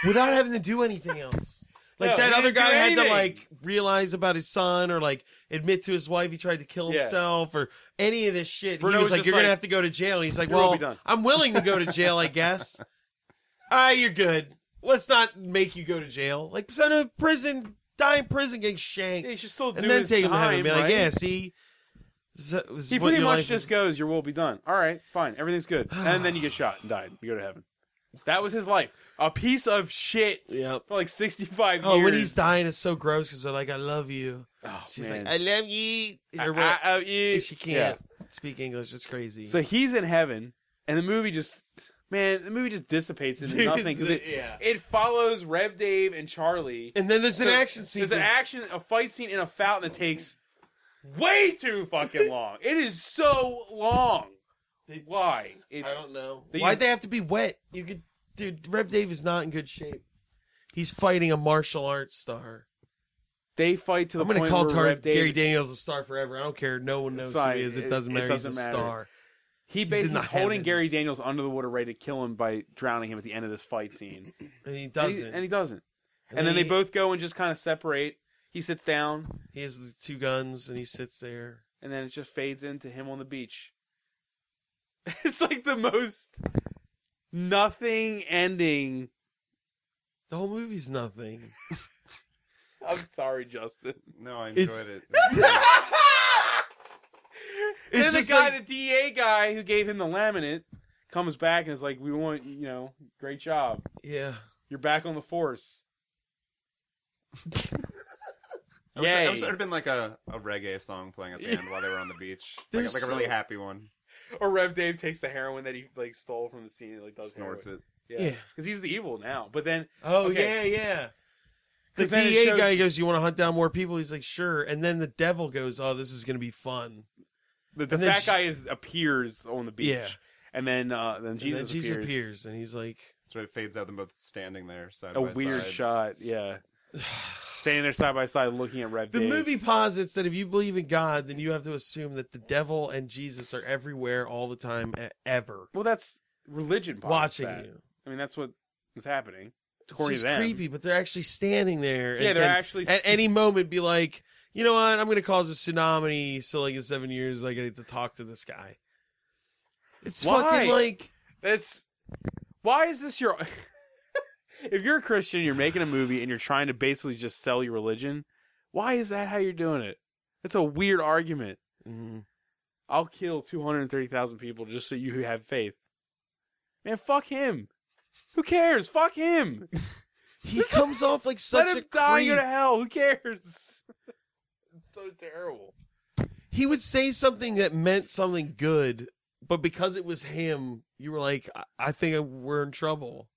Speaker 5: without having to do anything else. Like
Speaker 4: No,
Speaker 5: that
Speaker 4: he
Speaker 5: other
Speaker 4: didn't do
Speaker 5: guy had to
Speaker 4: anything.
Speaker 5: like realize about his son or like admit to his wife he tried to kill
Speaker 4: Yeah.
Speaker 5: himself or any of this shit.
Speaker 4: Bruno
Speaker 5: he was
Speaker 4: was
Speaker 5: like,
Speaker 4: just
Speaker 5: "You're gonna
Speaker 4: like,
Speaker 5: have to go to jail," and he's like,
Speaker 4: "You're all be
Speaker 5: "Well,
Speaker 4: done."
Speaker 5: I'm willing to go to jail, I guess." Ah, you're good. Let's not make you go to jail. Like send him to prison, die in prison, getting shanked,
Speaker 4: He should still do
Speaker 5: and then
Speaker 4: his
Speaker 5: take him to heaven.
Speaker 4: time,
Speaker 5: and Be like,
Speaker 4: right?
Speaker 5: "Yeah, see." z- z-
Speaker 4: He
Speaker 5: what
Speaker 4: pretty
Speaker 5: your
Speaker 4: much
Speaker 5: life
Speaker 4: just
Speaker 5: is."
Speaker 4: goes, "Your will be done." All right, fine, everything's good, and then you get shot and died. You go to heaven. That was his life. A piece of shit
Speaker 5: Yep.
Speaker 4: for like sixty-five
Speaker 5: Oh,
Speaker 4: years.
Speaker 5: when he's dying, it's so gross because they're like, "I love you."
Speaker 4: oh,
Speaker 5: She's
Speaker 4: man.
Speaker 5: like, "I love you."
Speaker 4: I-
Speaker 5: Or what-
Speaker 4: I- I- you-
Speaker 5: she
Speaker 4: Yeah.
Speaker 5: can't speak English. It's crazy.
Speaker 4: So he's in heaven, and the movie just, man, the movie just dissipates into
Speaker 5: Dude,
Speaker 4: nothing because it,
Speaker 5: it's- yeah.
Speaker 4: it follows Rev Dave and Charlie.
Speaker 5: and then there's an
Speaker 4: So
Speaker 5: action scene.
Speaker 4: There's an action, a fight scene in a fountain that takes way too fucking long. it is so long.
Speaker 5: They-
Speaker 4: Why? It's,
Speaker 5: I don't know.
Speaker 4: They
Speaker 5: Why'd
Speaker 4: use-
Speaker 5: they have to be wet? You could, dude. Rev Dave is not in good shape. He's fighting a martial arts star.
Speaker 4: They fight to the
Speaker 5: I'm going to
Speaker 4: point
Speaker 5: call
Speaker 4: where
Speaker 5: Tar-
Speaker 4: Rev Dave-
Speaker 5: Gary Daniels a star forever. I don't care. No one knows who
Speaker 4: Sorry,
Speaker 5: he is. It
Speaker 4: it-
Speaker 5: doesn't
Speaker 4: it
Speaker 5: matter.
Speaker 4: doesn't
Speaker 5: he's a
Speaker 4: matter.
Speaker 5: star.
Speaker 4: He
Speaker 5: in
Speaker 4: basically
Speaker 5: the
Speaker 4: is holding
Speaker 5: heavens.
Speaker 4: Gary Daniels under the water, ready to kill him by drowning him at the end of this fight scene.
Speaker 5: And he
Speaker 4: And he-
Speaker 5: doesn't.
Speaker 4: and he doesn't. and then they
Speaker 5: he-
Speaker 4: both go and just kind of separate. He sits down,
Speaker 5: He has the two guns and he sits there.
Speaker 4: and then it just fades into him on the beach. It's like the most nothing ending.
Speaker 5: The whole movie's nothing.
Speaker 4: I'm sorry, Justin.
Speaker 2: No, I enjoyed
Speaker 5: It's-
Speaker 2: it.
Speaker 5: It's
Speaker 4: then
Speaker 5: just
Speaker 4: the guy, the
Speaker 5: like-
Speaker 4: DA guy who gave him the laminate, comes back and is like, "We want you know, great job.
Speaker 5: Yeah.
Speaker 4: You're back on the force."
Speaker 2: I wish, I
Speaker 4: Yay.
Speaker 2: wish there had been like a, a reggae song playing at the end while they were on the beach. Like,
Speaker 5: There's
Speaker 2: like a really
Speaker 5: so-
Speaker 2: happy one.
Speaker 4: Or Rev Dave takes the heroin that he like stole from the scene and like does
Speaker 2: Snorts it.
Speaker 4: Yeah,
Speaker 5: Yeah.
Speaker 4: because he's the evil now. But then
Speaker 5: Oh
Speaker 4: Okay.
Speaker 5: yeah, yeah. The
Speaker 4: 'Cause then it
Speaker 5: DA
Speaker 4: shows-
Speaker 5: guy goes, "You want to hunt down more people?" He's like, "Sure." And then the devil goes, "Oh, this is gonna be fun."
Speaker 4: the, the
Speaker 5: And then
Speaker 4: fat
Speaker 5: Je-
Speaker 4: guy is appears on the beach,
Speaker 5: Yeah.
Speaker 4: and then uh, then Jesus,
Speaker 5: and then Jesus appears.
Speaker 4: appears.
Speaker 5: and he's like,
Speaker 2: So it fades out them both standing there side
Speaker 4: A
Speaker 2: by
Speaker 4: weird
Speaker 2: side.
Speaker 4: shot, yeah. Standing there side by side, looking at Rev
Speaker 5: "The
Speaker 4: Dave.
Speaker 5: movie posits that if you believe in God, then you have to assume that the devil and Jesus are everywhere all the time, e- ever
Speaker 4: Well, that's religion. posits
Speaker 5: watching
Speaker 4: that.
Speaker 5: you."
Speaker 4: I mean, that's what is happening.
Speaker 5: It's
Speaker 4: According
Speaker 5: just
Speaker 4: to them.
Speaker 5: creepy, but they're actually standing there.
Speaker 4: Yeah,
Speaker 5: and
Speaker 4: they're
Speaker 5: can
Speaker 4: actually
Speaker 5: at any moment be like, "You know what? I'm gonna cause a tsunami." So like in seven years, I get to talk to this guy. It's
Speaker 4: Why?
Speaker 5: fucking like.
Speaker 4: That's why is this your? if you're a Christian, you're making a movie and you're trying to basically just sell your religion. Why is that how you're doing it? That's a weird argument.
Speaker 5: Mhm.
Speaker 4: Mm. I'll kill 230,000 people just so you have faith. Man, fuck him. Who cares? Fuck him.
Speaker 5: He comes off like such
Speaker 4: Let
Speaker 5: a
Speaker 4: him die and
Speaker 5: creep.
Speaker 4: go to hell. Who cares? It's so terrible.
Speaker 5: He would say something that meant something good, but because it was him, you were like, I, I think we're in trouble.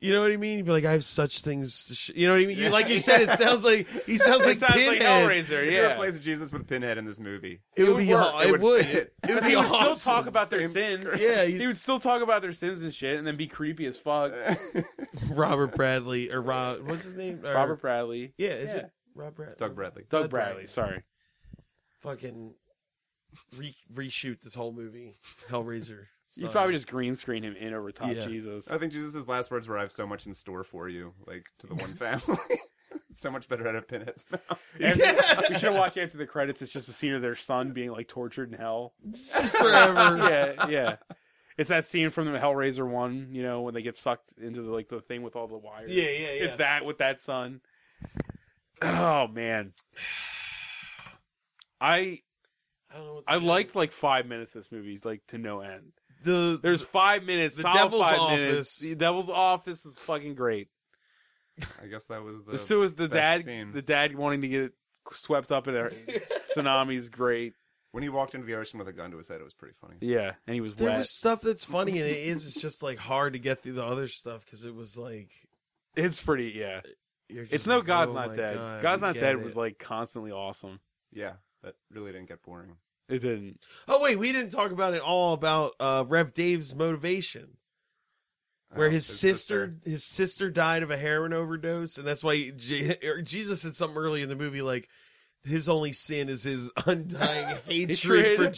Speaker 5: you know what I mean? You'd be like, I have such things. To sh-. You know what I mean? You, like you said, it sounds like he sounds like
Speaker 4: it sounds like
Speaker 5: Pinhead.
Speaker 4: Hellraiser.
Speaker 2: If you
Speaker 4: Yeah.
Speaker 2: replace Jesus with Pinhead in this movie,
Speaker 5: it, would
Speaker 4: would
Speaker 5: be.
Speaker 4: work.
Speaker 5: aw-
Speaker 2: It
Speaker 5: It
Speaker 2: would
Speaker 5: would.
Speaker 2: fit.
Speaker 5: It would
Speaker 4: He
Speaker 5: be
Speaker 4: would
Speaker 5: awesome.
Speaker 4: still talk about their
Speaker 2: Same
Speaker 4: sins.
Speaker 2: script.
Speaker 5: Yeah, he's-
Speaker 4: he would still talk about their sins and shit, and then be creepy as fuck.
Speaker 5: Robert Bradley or Rob. What's his name? Or-
Speaker 4: Robert Bradley,
Speaker 5: Yeah, is
Speaker 4: Yeah.
Speaker 5: it Rob Bradley?
Speaker 2: Doug Bradley.
Speaker 4: Doug Bradley. Sorry,
Speaker 5: Fucking re- reshoot this whole movie, Hellraiser.
Speaker 4: you
Speaker 5: style.
Speaker 4: probably just green screen him in over top
Speaker 5: Yeah.
Speaker 4: Jesus.
Speaker 2: I think Jesus' last words were, I have so much in store for you, like to the one family. so much better out of Pinhead's mouth.
Speaker 4: After- we should have watched after the credits. It's just a scene of their son being like tortured in hell.
Speaker 5: forever.
Speaker 4: Yeah, yeah. It's that scene from the Hellraiser one, you know, when they get sucked into the, like the thing with all the wires.
Speaker 5: Yeah, yeah, yeah.
Speaker 4: It's that with that son. Oh man, I
Speaker 5: I don't know what
Speaker 4: I
Speaker 5: the-
Speaker 4: liked like five minutes. of This movie It's, like to no end.
Speaker 5: the
Speaker 4: There's five minutes.
Speaker 5: The
Speaker 4: solid
Speaker 5: Devil's
Speaker 4: five
Speaker 5: Office.
Speaker 4: Minutes. The Devil's office is fucking great.
Speaker 2: I guess that was the.
Speaker 4: The so is the
Speaker 2: best
Speaker 4: dad.
Speaker 2: scene.
Speaker 4: The dad wanting to get swept up in a tsunami is great.
Speaker 2: when he walked into the ocean with a gun to his head, it was pretty funny.
Speaker 4: Yeah, and he was
Speaker 5: there
Speaker 4: wet.
Speaker 5: was stuff that's funny and it is it's just like hard to get through the other stuff because it was like
Speaker 4: It's pretty. Yeah,
Speaker 5: you're just
Speaker 4: it's no
Speaker 5: like,
Speaker 4: God's
Speaker 5: oh
Speaker 4: not
Speaker 5: my
Speaker 4: dead.
Speaker 5: God,
Speaker 4: God's
Speaker 5: we
Speaker 4: not
Speaker 5: get
Speaker 4: dead
Speaker 5: it.
Speaker 4: was like constantly awesome.
Speaker 2: Yeah, that really didn't get boring.
Speaker 4: It didn't.
Speaker 5: oh wait we didn't talk about it all about uh Rev Dave's motivation where
Speaker 2: Uh,
Speaker 5: Oh, his sister, his sister died of a heroin overdose and that's why J- or Jesus said something early in the movie like his only sin is his undying hatred for
Speaker 4: Hatred.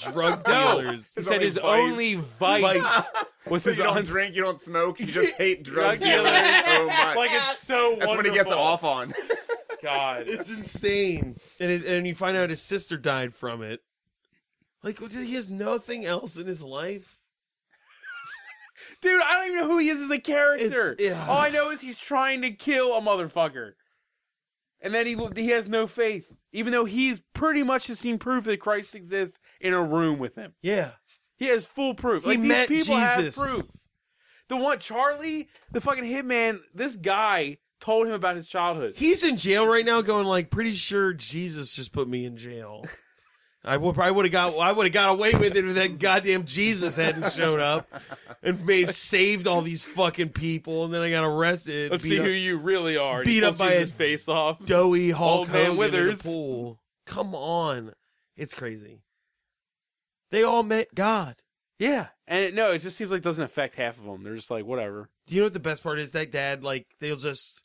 Speaker 5: drug
Speaker 4: No.
Speaker 5: dealers
Speaker 4: He
Speaker 2: His
Speaker 4: said
Speaker 2: only
Speaker 4: his
Speaker 2: vice-
Speaker 4: only vice
Speaker 5: Vice.
Speaker 4: was
Speaker 2: So
Speaker 4: his
Speaker 2: you don't
Speaker 4: own.
Speaker 2: drink, you don't smoke, you just hate drug
Speaker 4: Drug
Speaker 2: dealers
Speaker 4: dealers.
Speaker 2: so much.
Speaker 4: Like it's so.
Speaker 2: That's when he gets
Speaker 4: wonderful.
Speaker 2: off on.
Speaker 4: God.
Speaker 5: It's insane. And it, and you find out his sister died from it. Like he has nothing else in his life.
Speaker 4: Dude, I don't even know who he is as a character.
Speaker 5: It's- yeah.
Speaker 4: All I know is he's trying to kill a motherfucker. And then he will- he has no faith, even though he's pretty much has seen proof that Christ exists in a room with him.
Speaker 5: Yeah.
Speaker 4: He has full proof.
Speaker 5: He
Speaker 4: like
Speaker 5: met
Speaker 4: these people
Speaker 5: Jesus.
Speaker 4: have proof. The one Charlie, the fucking hitman, this guy told him about his childhood.
Speaker 5: He's in jail right now going like pretty sure Jesus just put me in jail. I would I would have got I would have got away with it if that goddamn Jesus hadn't shown up and may have saved all these fucking people and then I got arrested.
Speaker 4: Let's
Speaker 5: beat
Speaker 4: see
Speaker 5: up
Speaker 4: who you really are. And
Speaker 5: beat
Speaker 4: he
Speaker 5: up by
Speaker 4: punches
Speaker 5: a-
Speaker 4: his face off.
Speaker 5: doughy Hulk
Speaker 4: Old Man
Speaker 5: Hogan in the
Speaker 4: Withers.
Speaker 5: pool. Come on. It's crazy. They all met God.
Speaker 4: Yeah, and it, no, it just seems like it doesn't affect half of them. They're just like whatever.
Speaker 5: Do you know what the best part is? That dad, like, they'll just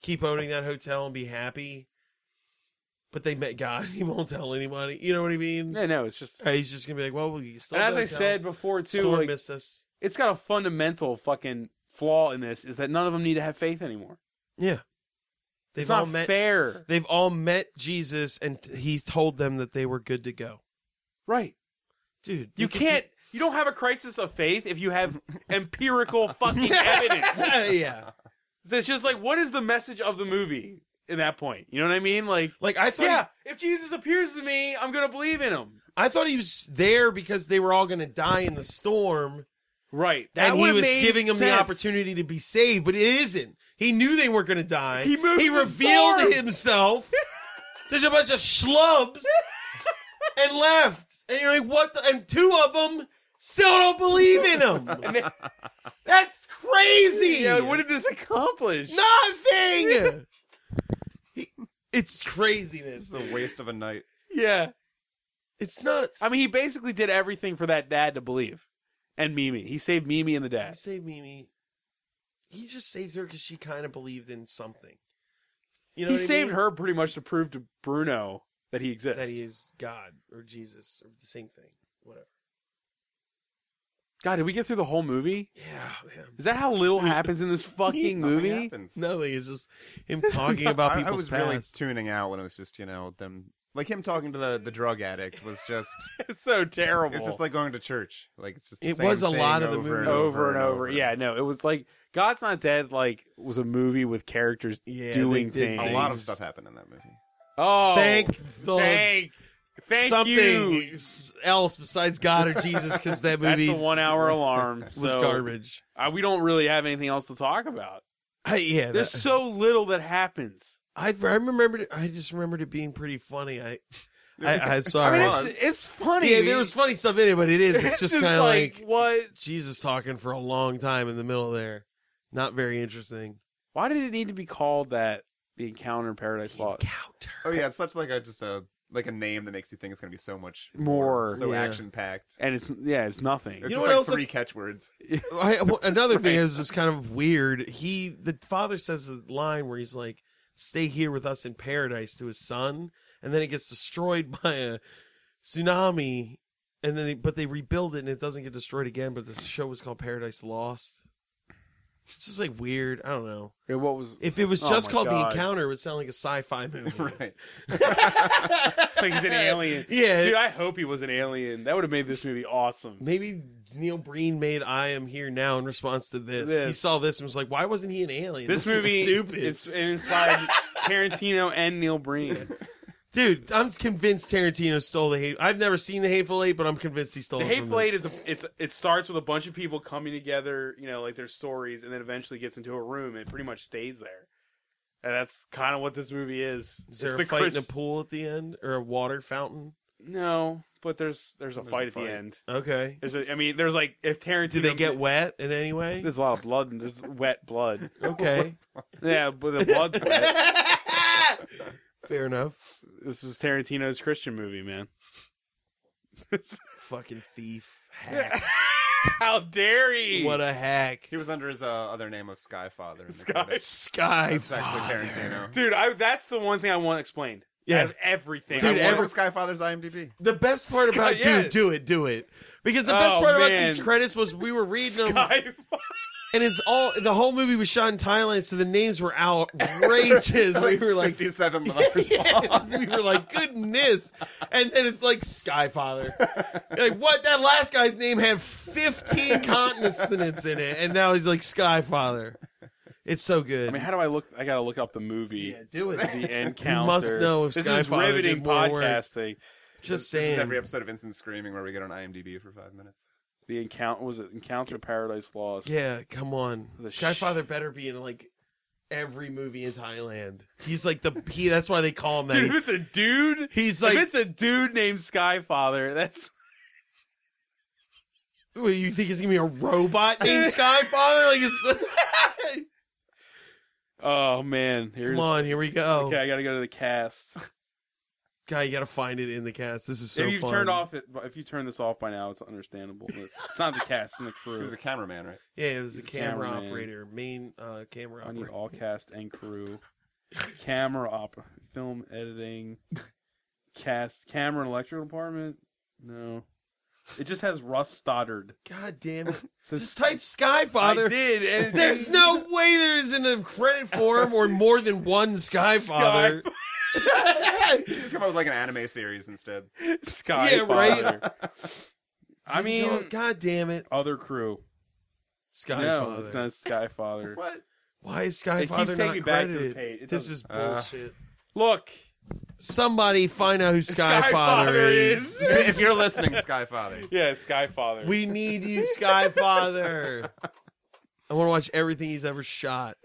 Speaker 5: keep owning that hotel and be happy. But they met God. He won't tell anybody. You know what I mean?
Speaker 4: No, no, it's just.
Speaker 5: Uh, He's just gonna be like, well, we still.
Speaker 4: And
Speaker 5: had
Speaker 4: as
Speaker 5: the
Speaker 4: I
Speaker 5: hotel.
Speaker 4: said before too,
Speaker 5: storm
Speaker 4: like,
Speaker 5: missed us.
Speaker 4: it's got a fundamental fucking flaw in this is that none of them need to have faith anymore.
Speaker 5: Yeah, they've
Speaker 4: it's
Speaker 5: all
Speaker 4: not
Speaker 5: met.
Speaker 4: fair,
Speaker 5: They've all met Jesus, and t- he told them that they were good to go.
Speaker 4: right?
Speaker 5: Dude,
Speaker 4: You
Speaker 5: look at
Speaker 4: can't. You don't have a crisis of faith if you have empirical fucking evidence.
Speaker 5: yeah,
Speaker 4: It's just like, what is the message of the movie in that point? You know what I mean? Like,
Speaker 5: like I thought.
Speaker 4: yeah,
Speaker 5: he-
Speaker 4: if Jesus appears to me, I'm gonna believe in him.
Speaker 5: I thought he was there because they were all gonna die in the storm,
Speaker 4: Right.
Speaker 5: and he was giving them
Speaker 4: him
Speaker 5: the opportunity to be saved. But it isn't. He knew they weren't gonna die.
Speaker 4: He moved the
Speaker 5: revealed
Speaker 4: storm.
Speaker 5: himself. There's a bunch of schlubs and left, and you're like, what? The? And two of them still don't believe in him. That's crazy.
Speaker 4: Yeah, what did this accomplish?
Speaker 5: Nothing. He- it's
Speaker 2: It's
Speaker 5: craziness.
Speaker 2: a waste of a night.
Speaker 4: Yeah.
Speaker 5: It's nuts.
Speaker 4: I mean, he basically did everything for that dad to believe. And Mimi. He saved Mimi and the
Speaker 5: he
Speaker 4: dad.
Speaker 5: saved Mimi. He just saved her because she kind of believed in something. You know,
Speaker 4: he
Speaker 5: what I
Speaker 4: saved
Speaker 5: mean?
Speaker 4: her pretty much to prove to Bruno that he exists.
Speaker 5: that he is God or Jesus or the same thing, whatever.
Speaker 4: God, did we get through the whole movie?
Speaker 5: Yeah, man.
Speaker 4: Is that how little happens in this fucking
Speaker 2: Nothing
Speaker 4: movie?
Speaker 2: happens.
Speaker 5: Nothing is just him talking about
Speaker 2: I, I
Speaker 5: people's
Speaker 2: was
Speaker 5: past.
Speaker 2: really tuning out when it was just you know them like him talking to the the drug addict was just
Speaker 4: It's so terrible.
Speaker 2: it's just like going to church like it's just the
Speaker 5: It
Speaker 2: same
Speaker 5: was a
Speaker 2: thing
Speaker 5: lot of the
Speaker 2: over
Speaker 5: movie.
Speaker 2: and
Speaker 4: over and over. Yeah, no, it was like God's Not Dead. Like was a movie with characters
Speaker 5: Yeah, they
Speaker 4: doing
Speaker 5: did
Speaker 4: things.
Speaker 2: a lot of stuff happened in that movie
Speaker 4: Oh,
Speaker 5: Thank the
Speaker 4: thank, thank
Speaker 5: something
Speaker 4: you.
Speaker 5: else besides God or Jesus because that
Speaker 4: That's
Speaker 5: movie
Speaker 4: the one-hour alarm.
Speaker 5: was
Speaker 4: so,
Speaker 5: garbage.
Speaker 4: uh, we don't really have anything else to talk about.
Speaker 5: I, yeah,
Speaker 4: There's
Speaker 5: that-
Speaker 4: so little that happens.
Speaker 5: I I remembered. It, I just remembered it being pretty funny. I I, I saw.
Speaker 4: I mean,
Speaker 5: it.
Speaker 4: it's, it's funny.
Speaker 5: yeah, there was funny stuff in it, but it is. It's, just kind of like,
Speaker 4: what?
Speaker 5: Jesus talking for a long time in the middle there. Not very interesting.
Speaker 4: Why did it need to be called that? The Encounter in Paradise Lost.
Speaker 2: oh yeah it's such like a just a like a name that makes you think it's gonna be so much
Speaker 4: More,
Speaker 2: so
Speaker 5: yeah.
Speaker 2: action packed
Speaker 4: And it's yeah, it's nothing.
Speaker 2: it's
Speaker 5: know
Speaker 2: just
Speaker 5: what
Speaker 2: like
Speaker 5: else I-
Speaker 2: three catchwords
Speaker 5: I, well, another thing is just kind of weird. He, the father says a line where he's like, "Stay here with us in paradise" to his son, and then it gets destroyed by a tsunami, and then it, but they rebuild it and it doesn't get destroyed again. But the show was called Paradise Lost. It's just like weird. I don't know.
Speaker 4: Yeah, what was
Speaker 5: If it was
Speaker 4: Oh
Speaker 5: just
Speaker 4: my
Speaker 5: called
Speaker 4: God.
Speaker 5: The Encounter, it would sound like a sci-fi movie.
Speaker 2: right
Speaker 4: like he's an alien?
Speaker 5: Yeah,
Speaker 4: Dude, I hope he was an alien. That would have made this movie awesome.
Speaker 5: Maybe Neil Breen made "I Am Here Now" in response to this.
Speaker 4: This.
Speaker 5: He saw this and was like, "Why wasn't he an alien?"
Speaker 4: This,
Speaker 5: is
Speaker 4: movie
Speaker 5: stupid,
Speaker 4: It's, it inspired Tarantino and Neil Breen.
Speaker 5: dude. I'm convinced Tarantino stole the hate. I've never seen the Hateful Eight, but I'm convinced he stole
Speaker 4: The
Speaker 5: it from
Speaker 4: Hateful
Speaker 5: them.
Speaker 4: Eight is a, it's it starts with a bunch of people coming together, you know, like their stories, and then eventually gets into a room and it pretty much stays there. And that's kind of what this movie is.
Speaker 5: Is there
Speaker 4: It's
Speaker 5: a
Speaker 4: the
Speaker 5: fight
Speaker 4: Chris-
Speaker 5: in a pool at the end or a water fountain?
Speaker 4: No, but there's there's a
Speaker 2: There's a
Speaker 4: fight at
Speaker 2: fight.
Speaker 4: the end.
Speaker 5: Okay.
Speaker 4: There's a, I mean, there's like if Tarantino.
Speaker 5: Do they get wet in any way?
Speaker 4: There's a lot of blood and there's wet blood.
Speaker 5: Okay.
Speaker 4: Yeah, but the blood's wet.
Speaker 5: Fair enough.
Speaker 4: This is Tarantino's Christian movie, man.
Speaker 5: Fucking thief. Hack.
Speaker 4: How dare he?
Speaker 5: what a hack.
Speaker 2: he was under his uh, other name of Skyfather in the
Speaker 4: Sky-
Speaker 2: credits.
Speaker 5: Sky.
Speaker 2: It's actually
Speaker 5: Father.
Speaker 2: Tarantino
Speaker 4: Dude, I, that's the one thing I want explained.
Speaker 5: Yeah.
Speaker 4: Out of everything.
Speaker 5: Dude,
Speaker 4: I want-
Speaker 2: Every
Speaker 5: every-
Speaker 2: Skyfather's IMDb.
Speaker 5: The best part
Speaker 4: Sky-
Speaker 5: about
Speaker 4: yeah.
Speaker 5: dude, do it, do it. Because the best
Speaker 4: Oh,
Speaker 5: part
Speaker 4: man.
Speaker 5: about these credits was we were reading them
Speaker 4: Sky-
Speaker 5: And it's all the whole movie was shot in Thailand, so the names were outrageous. we were like,
Speaker 2: 57 letters long.
Speaker 5: yes, we were like, goodness. And then it's like Skyfather. You're like, what? That last guy's name had 15 consonants in it, and now he's like Skyfather. It's so good.
Speaker 4: I mean, how do I look? I gotta look up the movie.
Speaker 5: yeah, do it.
Speaker 4: The end count.
Speaker 5: must know if
Speaker 4: this
Speaker 5: Skyfather
Speaker 4: is
Speaker 5: did
Speaker 4: riveting
Speaker 5: more work.
Speaker 4: podcasting.
Speaker 5: Just
Speaker 2: This is
Speaker 5: saying.
Speaker 2: every episode of Instant Screaming where we get on IMDb for five minutes.
Speaker 4: The encounter was it Encounter Paradise Lost.
Speaker 5: Yeah, come on.
Speaker 4: The
Speaker 5: Skyfather better be in like every movie in Thailand. He's like the he. That's why they call him that.
Speaker 4: Dude, if it's a dude,
Speaker 5: He's
Speaker 4: if
Speaker 5: like-
Speaker 4: it's a dude named Skyfather, that's
Speaker 5: What, you think it's gonna be a robot named Skyfather? Like, it's...
Speaker 4: oh man. Here's
Speaker 5: come on, here we go.
Speaker 4: okay. I gotta go to the cast.
Speaker 5: God, you gotta find it in the cast. This is so
Speaker 4: if you
Speaker 5: fun.
Speaker 4: turned off it, if you turn this off by now, it's understandable. It's not the cast and the crew.
Speaker 2: He was a cameraman, right?
Speaker 5: yeah, it was a
Speaker 4: He's a
Speaker 5: camera
Speaker 4: cameraman.
Speaker 5: operator, main uh, camera
Speaker 4: I need
Speaker 5: operator.
Speaker 4: all cast and crew, camera op, film editing, cast, camera and electrical department. No, it just has Russ Stoddard.
Speaker 5: God damn it!
Speaker 4: So
Speaker 5: Just type Skyfather.
Speaker 4: I did, and it
Speaker 5: There's
Speaker 4: didn't-
Speaker 5: no way there's an credit for him or more than one Skyfather.
Speaker 2: He should just come up with like an anime series instead.
Speaker 4: Sky.
Speaker 5: Yeah, right.
Speaker 4: Father. I mean,
Speaker 5: God damn it,
Speaker 4: other crew.
Speaker 5: Skyfather.
Speaker 4: No, it's not Skyfather.
Speaker 2: What?
Speaker 5: Why is
Speaker 4: They keep
Speaker 5: Skyfather
Speaker 4: taking
Speaker 5: not
Speaker 4: back their
Speaker 5: credited?
Speaker 4: page. It
Speaker 5: this
Speaker 4: doesn't- Ah.
Speaker 5: is
Speaker 2: Uh,
Speaker 5: bullshit.
Speaker 4: Look,
Speaker 5: Somebody find out who Skyfather,
Speaker 4: Skyfather
Speaker 5: is.
Speaker 4: is.
Speaker 2: if you're listening, Skyfather.
Speaker 4: yeah, Skyfather.
Speaker 5: We need you, Skyfather. I want to watch everything he's ever shot.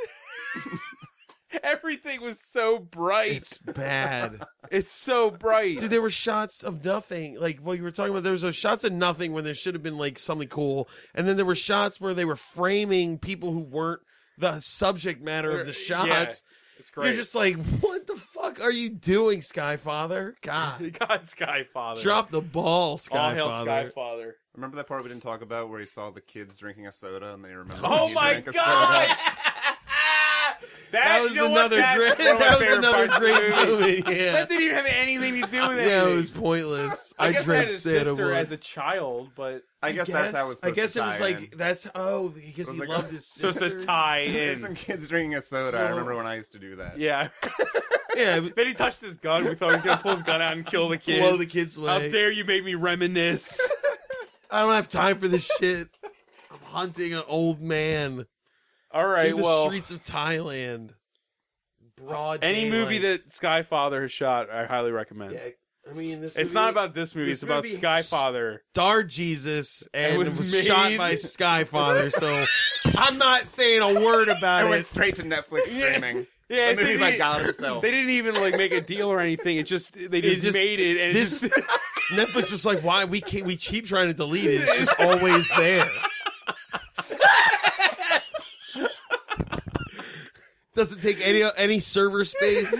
Speaker 4: Everything was so bright.
Speaker 5: It's bad.
Speaker 4: It's so bright.
Speaker 5: Dude, there were shots of nothing. Like what you were talking about, there was those shots of nothing when there should have been like something cool. And then there were shots where they were framing people who weren't the subject matter of the
Speaker 4: Yeah,
Speaker 5: shots.
Speaker 4: it's great.
Speaker 5: You're just like, what the fuck are you doing, Skyfather? God.
Speaker 4: God, Skyfather.
Speaker 5: Drop the ball,
Speaker 4: All hail
Speaker 5: Skyfather.
Speaker 4: Skyfather.
Speaker 2: Remember that part we didn't talk about where he saw the kids drinking a soda and then he remembered
Speaker 4: Oh
Speaker 2: he
Speaker 4: my
Speaker 2: drank a
Speaker 4: God!
Speaker 2: soda.
Speaker 4: that,
Speaker 5: That was
Speaker 4: you know what?
Speaker 5: another
Speaker 4: That's
Speaker 5: great
Speaker 4: one of my
Speaker 5: that was
Speaker 4: favorite
Speaker 5: another
Speaker 4: parts of the
Speaker 5: great movie. Yeah.
Speaker 4: That didn't even have anything to do with it.
Speaker 5: Yeah, it was pointless.
Speaker 4: I,
Speaker 5: I,
Speaker 4: guess I had
Speaker 5: drank
Speaker 4: a
Speaker 5: Santa
Speaker 4: sister
Speaker 5: Wood.
Speaker 4: as a child, but
Speaker 2: I guess, that's how it's
Speaker 5: I
Speaker 2: supposed
Speaker 5: guess
Speaker 2: to
Speaker 5: it was
Speaker 2: tie
Speaker 5: like
Speaker 2: in.
Speaker 5: that's oh because he
Speaker 2: like,
Speaker 5: loved
Speaker 2: oh,
Speaker 5: his
Speaker 4: so it's
Speaker 5: sister.
Speaker 4: a tie
Speaker 2: There's some
Speaker 4: in.
Speaker 2: kids drinking a soda. I remember when I used to do that.
Speaker 4: Yeah.
Speaker 5: Yeah, but-
Speaker 4: then he touched his gun. We thought he was gonna pull his gun out and kill the kid.
Speaker 5: blow the kids
Speaker 4: How
Speaker 5: away.
Speaker 4: dare you make me reminisce?
Speaker 5: I don't have time for this shit. I'm hunting an old man
Speaker 4: All
Speaker 5: in
Speaker 4: right.
Speaker 5: the
Speaker 4: well,
Speaker 5: streets of Thailand. Broad
Speaker 4: any
Speaker 5: daylight.
Speaker 4: movie that Skyfather has shot, I highly recommend.
Speaker 5: yeah, I mean this.
Speaker 4: It's
Speaker 5: movie-
Speaker 4: not about this movie.
Speaker 5: this
Speaker 4: It's about
Speaker 5: movie-
Speaker 4: Skyfather.
Speaker 5: Star Jesus and
Speaker 4: It
Speaker 5: it
Speaker 4: was
Speaker 5: was, shot
Speaker 4: made-
Speaker 5: by Skyfather. So I'm not saying a word
Speaker 2: I
Speaker 5: about
Speaker 2: went
Speaker 5: it.
Speaker 2: straight to Netflix streaming.
Speaker 4: Yeah,
Speaker 2: a
Speaker 4: it
Speaker 2: movie
Speaker 4: didn't- e-
Speaker 2: by God himself.
Speaker 4: They didn't even like make a deal or anything. It just they just,
Speaker 5: just-
Speaker 4: made it and
Speaker 5: this-
Speaker 4: it just,
Speaker 5: Netflix is like, why we can't? We keep trying to delete it. It's just always there. Doesn't take any any server space.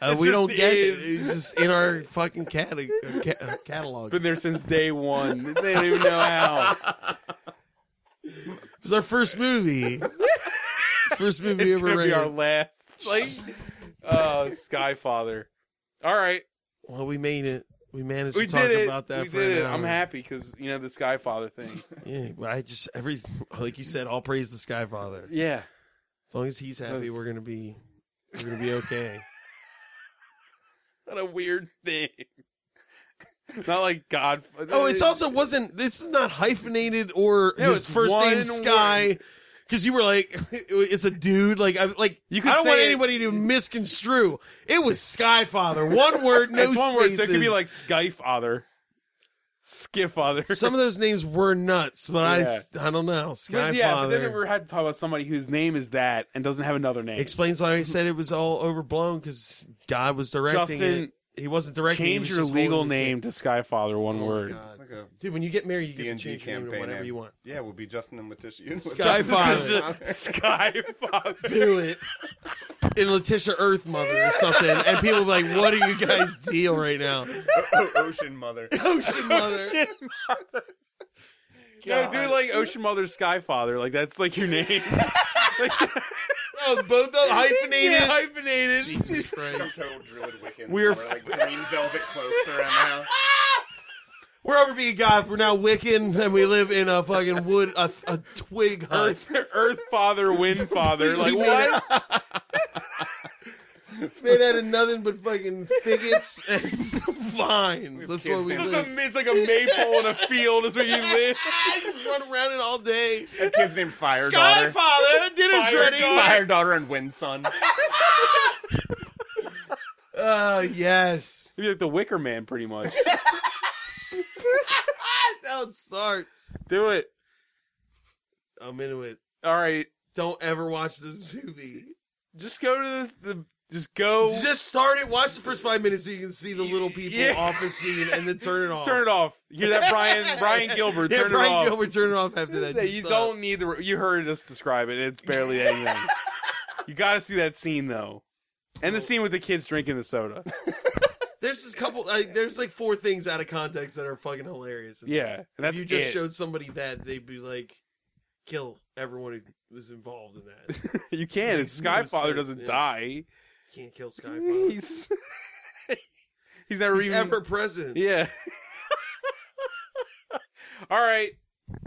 Speaker 5: Uh, we
Speaker 4: just
Speaker 5: don't get
Speaker 4: is.
Speaker 5: it. It's just in our fucking cata- uh, ca- uh, catalog.
Speaker 4: been there since day one. They don't even know how.
Speaker 5: It was our first movie. It's the first movie we
Speaker 4: It's
Speaker 5: ever
Speaker 4: gonna be
Speaker 5: rated.
Speaker 4: our last. Like, oh, Skyfather. All right,
Speaker 5: Well, we made it. We managed
Speaker 4: we
Speaker 5: to talk
Speaker 4: did it.
Speaker 5: about that
Speaker 4: we
Speaker 5: for
Speaker 4: did
Speaker 5: an
Speaker 4: it.
Speaker 5: hour.
Speaker 4: I'm happy because you know the Skyfather thing.
Speaker 5: Yeah, well, I just every like you said, all praise the Skyfather.
Speaker 4: Yeah.
Speaker 5: As long as he's happy,
Speaker 4: it's-
Speaker 5: we're gonna be we're gonna be okay.
Speaker 4: What a weird thing. Not like God.
Speaker 5: Oh, it's also wasn't. This is not hyphenated or
Speaker 4: No,
Speaker 5: his
Speaker 4: it's
Speaker 5: first
Speaker 4: one
Speaker 5: name Sky.
Speaker 4: word.
Speaker 5: Because you were like, it's a dude. Like, I'm like
Speaker 4: You
Speaker 5: you
Speaker 4: could
Speaker 5: I don't want
Speaker 4: say it-
Speaker 5: anybody to misconstrue. It was Skyfather. One word, no
Speaker 4: it's one word. So it could be
Speaker 5: spaces.
Speaker 4: like Skyfather, Skifather.
Speaker 5: some of those names were nuts, but I s- I, don't know.
Speaker 4: But yeah, but then
Speaker 5: Skyfather
Speaker 4: we had to talk about somebody whose name is that and doesn't have another name.
Speaker 5: explains why he said it was all overblown because God was directing
Speaker 4: Justin,
Speaker 5: it. He wasn't directing. it, he
Speaker 4: Change
Speaker 5: was
Speaker 4: your
Speaker 5: just
Speaker 4: legal
Speaker 5: holding it.
Speaker 4: name to Skyfather. One
Speaker 5: Oh my
Speaker 4: word.
Speaker 5: God.
Speaker 2: It's like a
Speaker 5: dude. When you get married, you
Speaker 2: D
Speaker 5: get
Speaker 2: and
Speaker 5: to
Speaker 2: D
Speaker 5: change your name
Speaker 2: campaign.
Speaker 5: to whatever
Speaker 2: name.
Speaker 5: you want.
Speaker 2: Yeah, we'll be Justin and Letitia.
Speaker 5: Skyfather.
Speaker 4: Skyfather.
Speaker 5: do it in Letitia Earth Mother or something, and people be like, "What are you guys deal right now?"
Speaker 2: Ocean Mother.
Speaker 5: Ocean Mother.
Speaker 4: No, dude, like Ocean Mother Skyfather. Like that's like your name.
Speaker 5: Oh, both of hyphenated.
Speaker 4: Yeah, hyphenated.
Speaker 5: Jesus Christ.
Speaker 2: Total Druid Wiccan.
Speaker 5: We're-
Speaker 2: Wear, like green velvet cloaks around the house.
Speaker 5: We're over being goth. We're now Wiccan, and we live in a fucking wood, a, a twig hut.
Speaker 4: Earth, Earth Father, Wind Father. Like
Speaker 5: We
Speaker 4: what?
Speaker 5: made it- Made out of nothing but fucking thickets and vines. That's what
Speaker 2: kids
Speaker 5: we
Speaker 2: now.
Speaker 4: It's, a,
Speaker 5: live.
Speaker 4: it's like a maple in a field is where you live.
Speaker 5: Run around it all day.
Speaker 2: A kid's named Fire Daughter.
Speaker 5: Skyfather, dinner's
Speaker 4: Fire
Speaker 5: ready.
Speaker 4: God.
Speaker 2: Fire Daughter and Wind Son.
Speaker 5: Oh yes.
Speaker 4: It'd be like the Wicker Man, pretty much.
Speaker 5: That's how it starts.
Speaker 4: Do it.
Speaker 5: I'm into it.
Speaker 4: All right.
Speaker 5: Don't ever watch this movie.
Speaker 4: Just go to this. The, just go.
Speaker 5: Just start it. Watch the first five minutes so you can see the little people
Speaker 4: Yeah.
Speaker 5: off the scene, and then turn it off.
Speaker 4: turn it off. Hear that, Brian? Brian Gilbert.
Speaker 5: yeah,
Speaker 4: turn
Speaker 5: Brian
Speaker 4: it off.
Speaker 5: Gilbert, turn it off after that.
Speaker 4: Yeah,
Speaker 5: Just uh,
Speaker 4: you
Speaker 5: stop.
Speaker 4: don't need the. You heard us describe it. It's barely anything. you got to see that scene though, and the scene with the kids drinking the soda.
Speaker 5: There's this couple. Like, there's like four things out of context that are fucking hilarious. in
Speaker 4: Yeah,
Speaker 5: this.
Speaker 4: and that's
Speaker 5: if you just
Speaker 4: it.
Speaker 5: showed somebody that, they'd be like, kill everyone who was involved in that. You
Speaker 4: you can. It's
Speaker 5: No
Speaker 4: Skyfather
Speaker 5: sense,
Speaker 4: doesn't
Speaker 5: yeah.
Speaker 4: die.
Speaker 5: can't kill Skyfall.
Speaker 4: He's he's never
Speaker 5: He's
Speaker 4: even
Speaker 5: ever present.
Speaker 4: yeah. All right.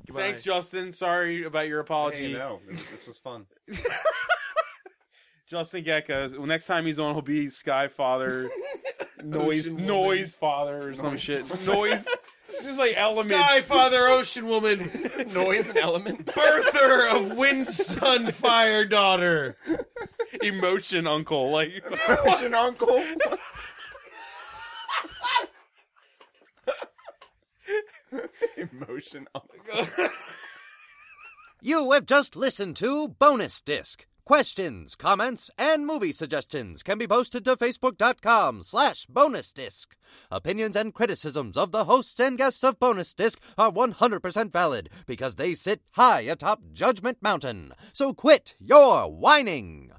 Speaker 5: Goodbye.
Speaker 4: Thanks, Justin. Sorry about your apology.
Speaker 2: Hey, no, this, this was fun.
Speaker 4: Justin Geckos. Well, next time he's on, he'll be Skyfather, noise,
Speaker 5: Ocean Woman.
Speaker 4: noise father, or some shit. Noise. This is like elements.
Speaker 5: Skyfather, Ocean Woman,
Speaker 2: Noise and element.
Speaker 5: birther of Wind, Sun, Fire, Daughter.
Speaker 4: emotion, uncle. Like
Speaker 2: Ocean uncle. Emotion uncle.
Speaker 1: You have just listened to Bonus Disc. Questions, comments, and movie suggestions can be posted to facebook.com slash bonus disc. Opinions and criticisms of the hosts and guests of Bonus Disc are 100% valid because they sit high atop Judgment Mountain. So quit your whining!